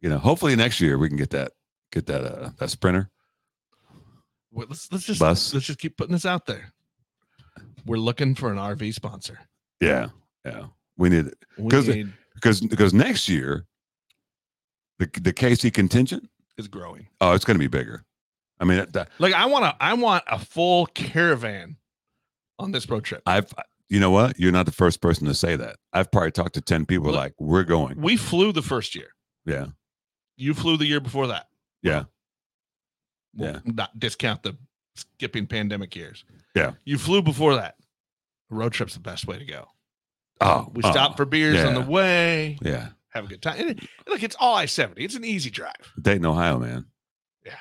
S1: You know, hopefully next year we can get that get that uh, that sprinter.
S2: Well, let's let's just
S1: Bus.
S2: let's just keep putting this out there. We're looking for an RV sponsor.
S1: Yeah, yeah. We need
S2: We
S1: 'Cause-
S2: need
S1: because because next year the the KC contingent
S2: is growing.
S1: oh it's going to be bigger. I mean that,
S2: Like I want to I want a full caravan on this road trip.
S1: I've you know what you're not the first person to say that. I've probably talked to ten people
S2: Look-
S1: like we're going.
S2: We flew the first year.
S1: Yeah,
S2: You flew the year before that.
S1: Yeah.
S2: We'll
S1: Yeah.
S2: Not discount the skipping pandemic years.
S1: Yeah.
S2: You flew before that. A road trip's the best way to go.
S1: oh
S2: We
S1: oh,
S2: stop for beers on the
S1: yeah.
S2: way,
S1: yeah
S2: have a good time. And it- look, it's all I seventy. It's an easy drive.
S1: Dayton Ohio man.
S2: Yeah.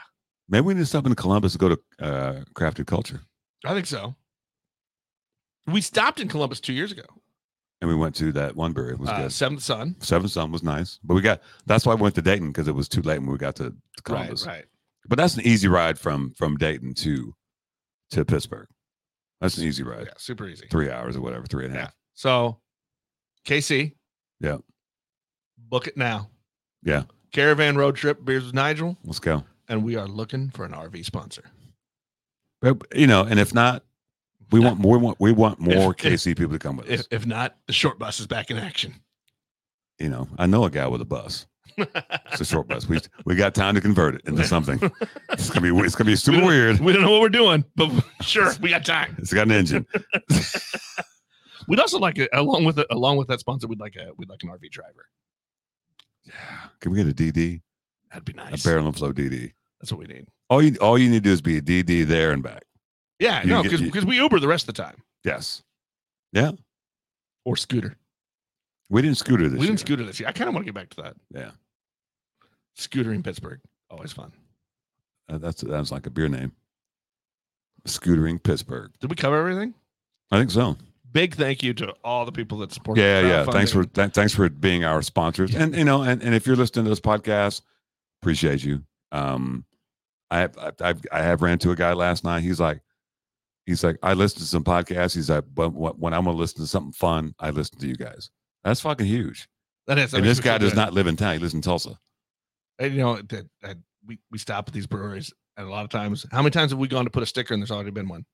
S1: maybe we need to stop in Columbus to go to uh, Crafted Culture,
S2: I think so. We stopped in Columbus two years ago.
S1: and we went to that one brewery. It was
S2: Uh,
S1: good.
S2: Seventh Son.
S1: Seven Sun was nice, but we got that's why I went to Dayton because it was too late when we got to, to Columbus.
S2: Right, right.
S1: But that's an easy ride from from Dayton to to Pittsburgh. That's an easy ride.
S2: Yeah, super easy.
S1: Three hours or whatever, three and a
S2: Yeah.
S1: half.
S2: So, KC.
S1: Yeah.
S2: Book it now.
S1: Yeah.
S2: Caravan road trip, beers with Nigel,
S1: Let's go.
S2: and we are looking for an RV sponsor.
S1: But, you know, and if not, we want more. We want, we want more
S2: if-
S1: KC people to come with
S2: If,
S1: us.
S2: if not, the short bus is back in action.
S1: You know, I know a guy with a bus. It's a short bus. We we got time to convert it into something. It's gonna be it's gonna be super
S2: don't-
S1: weird.
S2: we don't know what we're doing, but sure, we got time.
S1: It's got an engine.
S2: We'd also like, a, along with a, along with that sponsor, we'd like a we'd like an RV driver.
S1: Yeah. Can we get a DD?
S2: That'd be
S1: A
S2: nice.
S1: barrel and flow DD.
S2: That's what we need.
S1: All you all you need to do is be a DD there and back.
S2: Yeah,
S1: You
S2: no,
S1: get-
S2: because
S1: you-
S2: we Uber the rest of the time
S1: Yes.
S2: or scooter.
S1: We didn't scooter
S2: We
S1: this.
S2: didn't
S1: year.
S2: scooter this year. I kind of want to get back to that.
S1: Yeah.
S2: Scootering Pittsburgh, always fun.
S1: Uh, that's that's like a beer name. Scootering Pittsburgh.
S2: Did we cover everything?
S1: I think so.
S2: Big thank you to all the people that support.
S1: Yeah, yeah. Thanks for th- thanks for being our sponsors. And you know, and, and if you're listening to this podcast, appreciate you. Um, I have I, I've, I have ran to a guy last night. He's like, he's like, I listened to some podcasts. He's like, but when when I'm gonna listen to something fun, I listen to you guys. That's fucking huge.
S2: That is. that
S1: and
S2: makes
S1: this
S2: me feel
S1: guy does
S2: good.
S1: not live in town. He lives in Tulsa.
S2: And, you know, that that we we stop at these breweries, and a lot of times, how many times have we gone to put a sticker and there's already been one?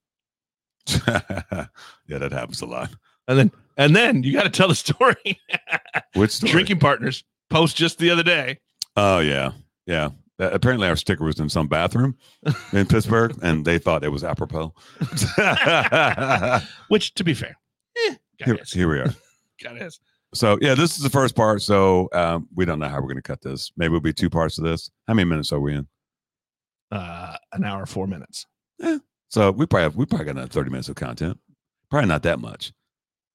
S1: yeah, that happens a lot.
S2: And then and then you got to tell the story.
S1: Which story?
S2: Drinking partners post just the other day.
S1: Oh yeah, yeah. Uh, apparently, our sticker was in some bathroom in Pittsburgh, and they thought it was apropos.
S2: Which, to be fair, eh, got
S1: here,
S2: his,
S1: here we are.
S2: got his.
S1: So yeah, this is the first part. So um, we don't know how we're going to cut this. Maybe it'll be two parts of this. How many minutes are we in?
S2: Uh, an hour four minutes.
S1: So we probably have, we probably got another thirty minutes of content. Probably not that much.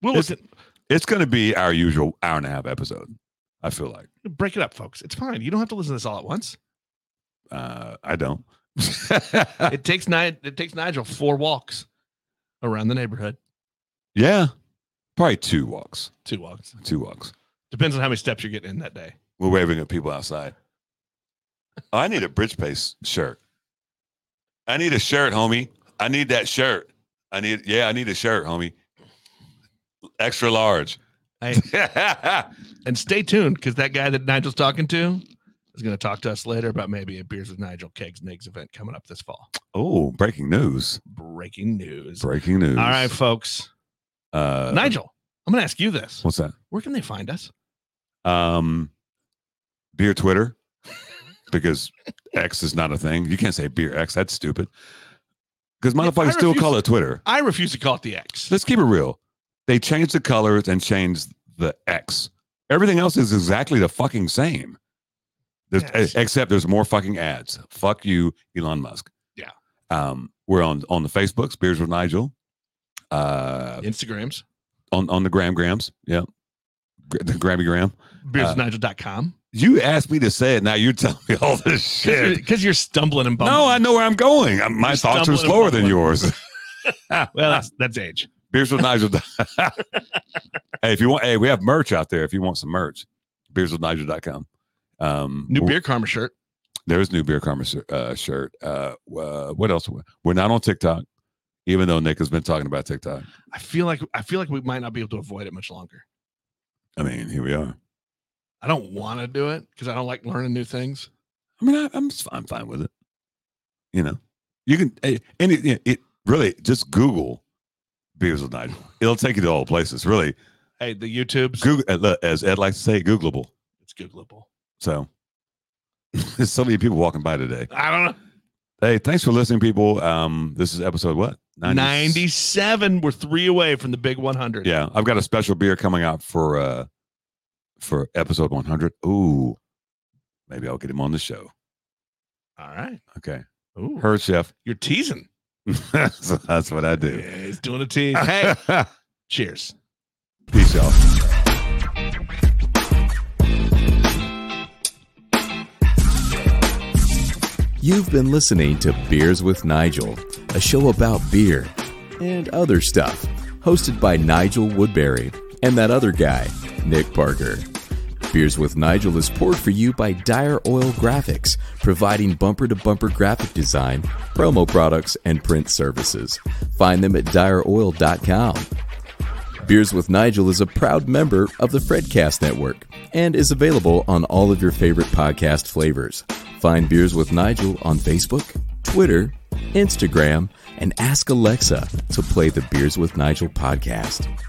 S2: We'll
S1: It's-
S2: listen-
S1: It's going to be our usual hour and a half episode. I feel like
S2: break it up, folks. It's fine. You don't have to listen to this all at once.
S1: uh, I don't. Ah.
S2: It takes nine. It takes Nigel four walks around the neighborhood.
S1: yeah, probably two walks.
S2: Two walks.
S1: Two walks.
S2: Depends on how many steps you're getting in that day.
S1: We're waving at people outside. Oh, I need a bridge pace shirt. I need a shirt, homie. I need that shirt. I need yeah, I need a shirt, homie. Extra large.
S2: Hey. And stay tuned because that guy that Nigel's talking to is going to talk to us later about maybe a beers with Nigel kegs nigs event coming up this fall.
S1: oh, breaking news.
S2: Breaking news.
S1: Breaking news.
S2: All right, folks.
S1: Uh,
S2: Nigel, I'm going to ask you this.
S1: What's that?
S2: Where can they find us?
S1: Um, beer Twitter, because X is not a thing. You can't say beer X. That's stupid. Because
S2: I
S1: motherfuckers still
S2: refuse-
S1: call it Twitter.
S2: I refuse to call it the X.
S1: let's keep it real. They changed the colors and changed the X. Everything else is exactly the fucking same. There's, eh,
S2: Yes.
S1: Except there's more fucking ads. Fuck you, Elon Musk.
S2: Yeah.
S1: Um, we're on on the Facebooks, Beers with Nigel. Uh,
S2: Instagrams,
S1: on on the Gram Grams. Yeah. Gr- The Grammy Gram. Uh,
S2: beerswithnigel.com.
S1: You asked me to say it. Now you're telling me all this shit.
S2: Because you're stumbling and bumbling.
S1: No, I know where I'm going. Uh, My
S2: You're
S1: thoughts are
S2: stumbling and
S1: slower than
S2: bumbling.
S1: yours.
S2: Ah, Well, that's, that's age.
S1: Beers with Nigel. hey, if you want, hey, we have merch out there. If you want some merch, beerswithnigel.com. Um,
S2: New
S1: w-
S2: beer karma shirt.
S1: There's new beer karma shir- uh, shirt. Uh, uh, what else? We're not on TikTok, even though Nick has been talking about TikTok.
S2: I feel like I feel like we might not be able to avoid it much longer.
S1: I mean, here we are.
S2: I don't want to do it because I don't like learning new things.
S1: I mean, I, I'm s- I'm fine with it. You know, you can eh, any it, it really just Google beers with Nigel. It'll take you to all the places. Really,
S2: Hey, the YouTube's
S1: Google eh, look, as Ed likes to say, Googleable.
S2: it's Googleable.
S1: So. There's so many people walking by today.
S2: I don't know.
S1: Hey, thanks for listening, people. Um, this is episode what? 90?
S2: 97. We're three away from the big 100.
S1: Yeah, I've got a special beer coming out for uh for episode 100. Ooh, maybe I'll get him on the show.
S2: All right.
S1: Okay,
S2: Ooh,
S1: her chef.
S2: you're teasing.
S1: so that's what I do.
S2: Yeah, he's doing a tease. Hey, cheers.
S1: peace out.
S3: You've been listening to Beers with Nigel, a show about beer and other stuff, hosted by Nigel Woodbury and that other guy, Nick Parker. Beers with Nigel is poured for you by Dire Oil Graphics, providing bumper to bumper graphic design, promo products, and print services. Find them at direoil.com. Beers with Nigel is a proud member of the Fredcast Network and is available on all of your favorite podcast flavors. Find Beers with Nigel on Facebook, Twitter, Instagram, and ask Alexa to play the Beers with Nigel podcast.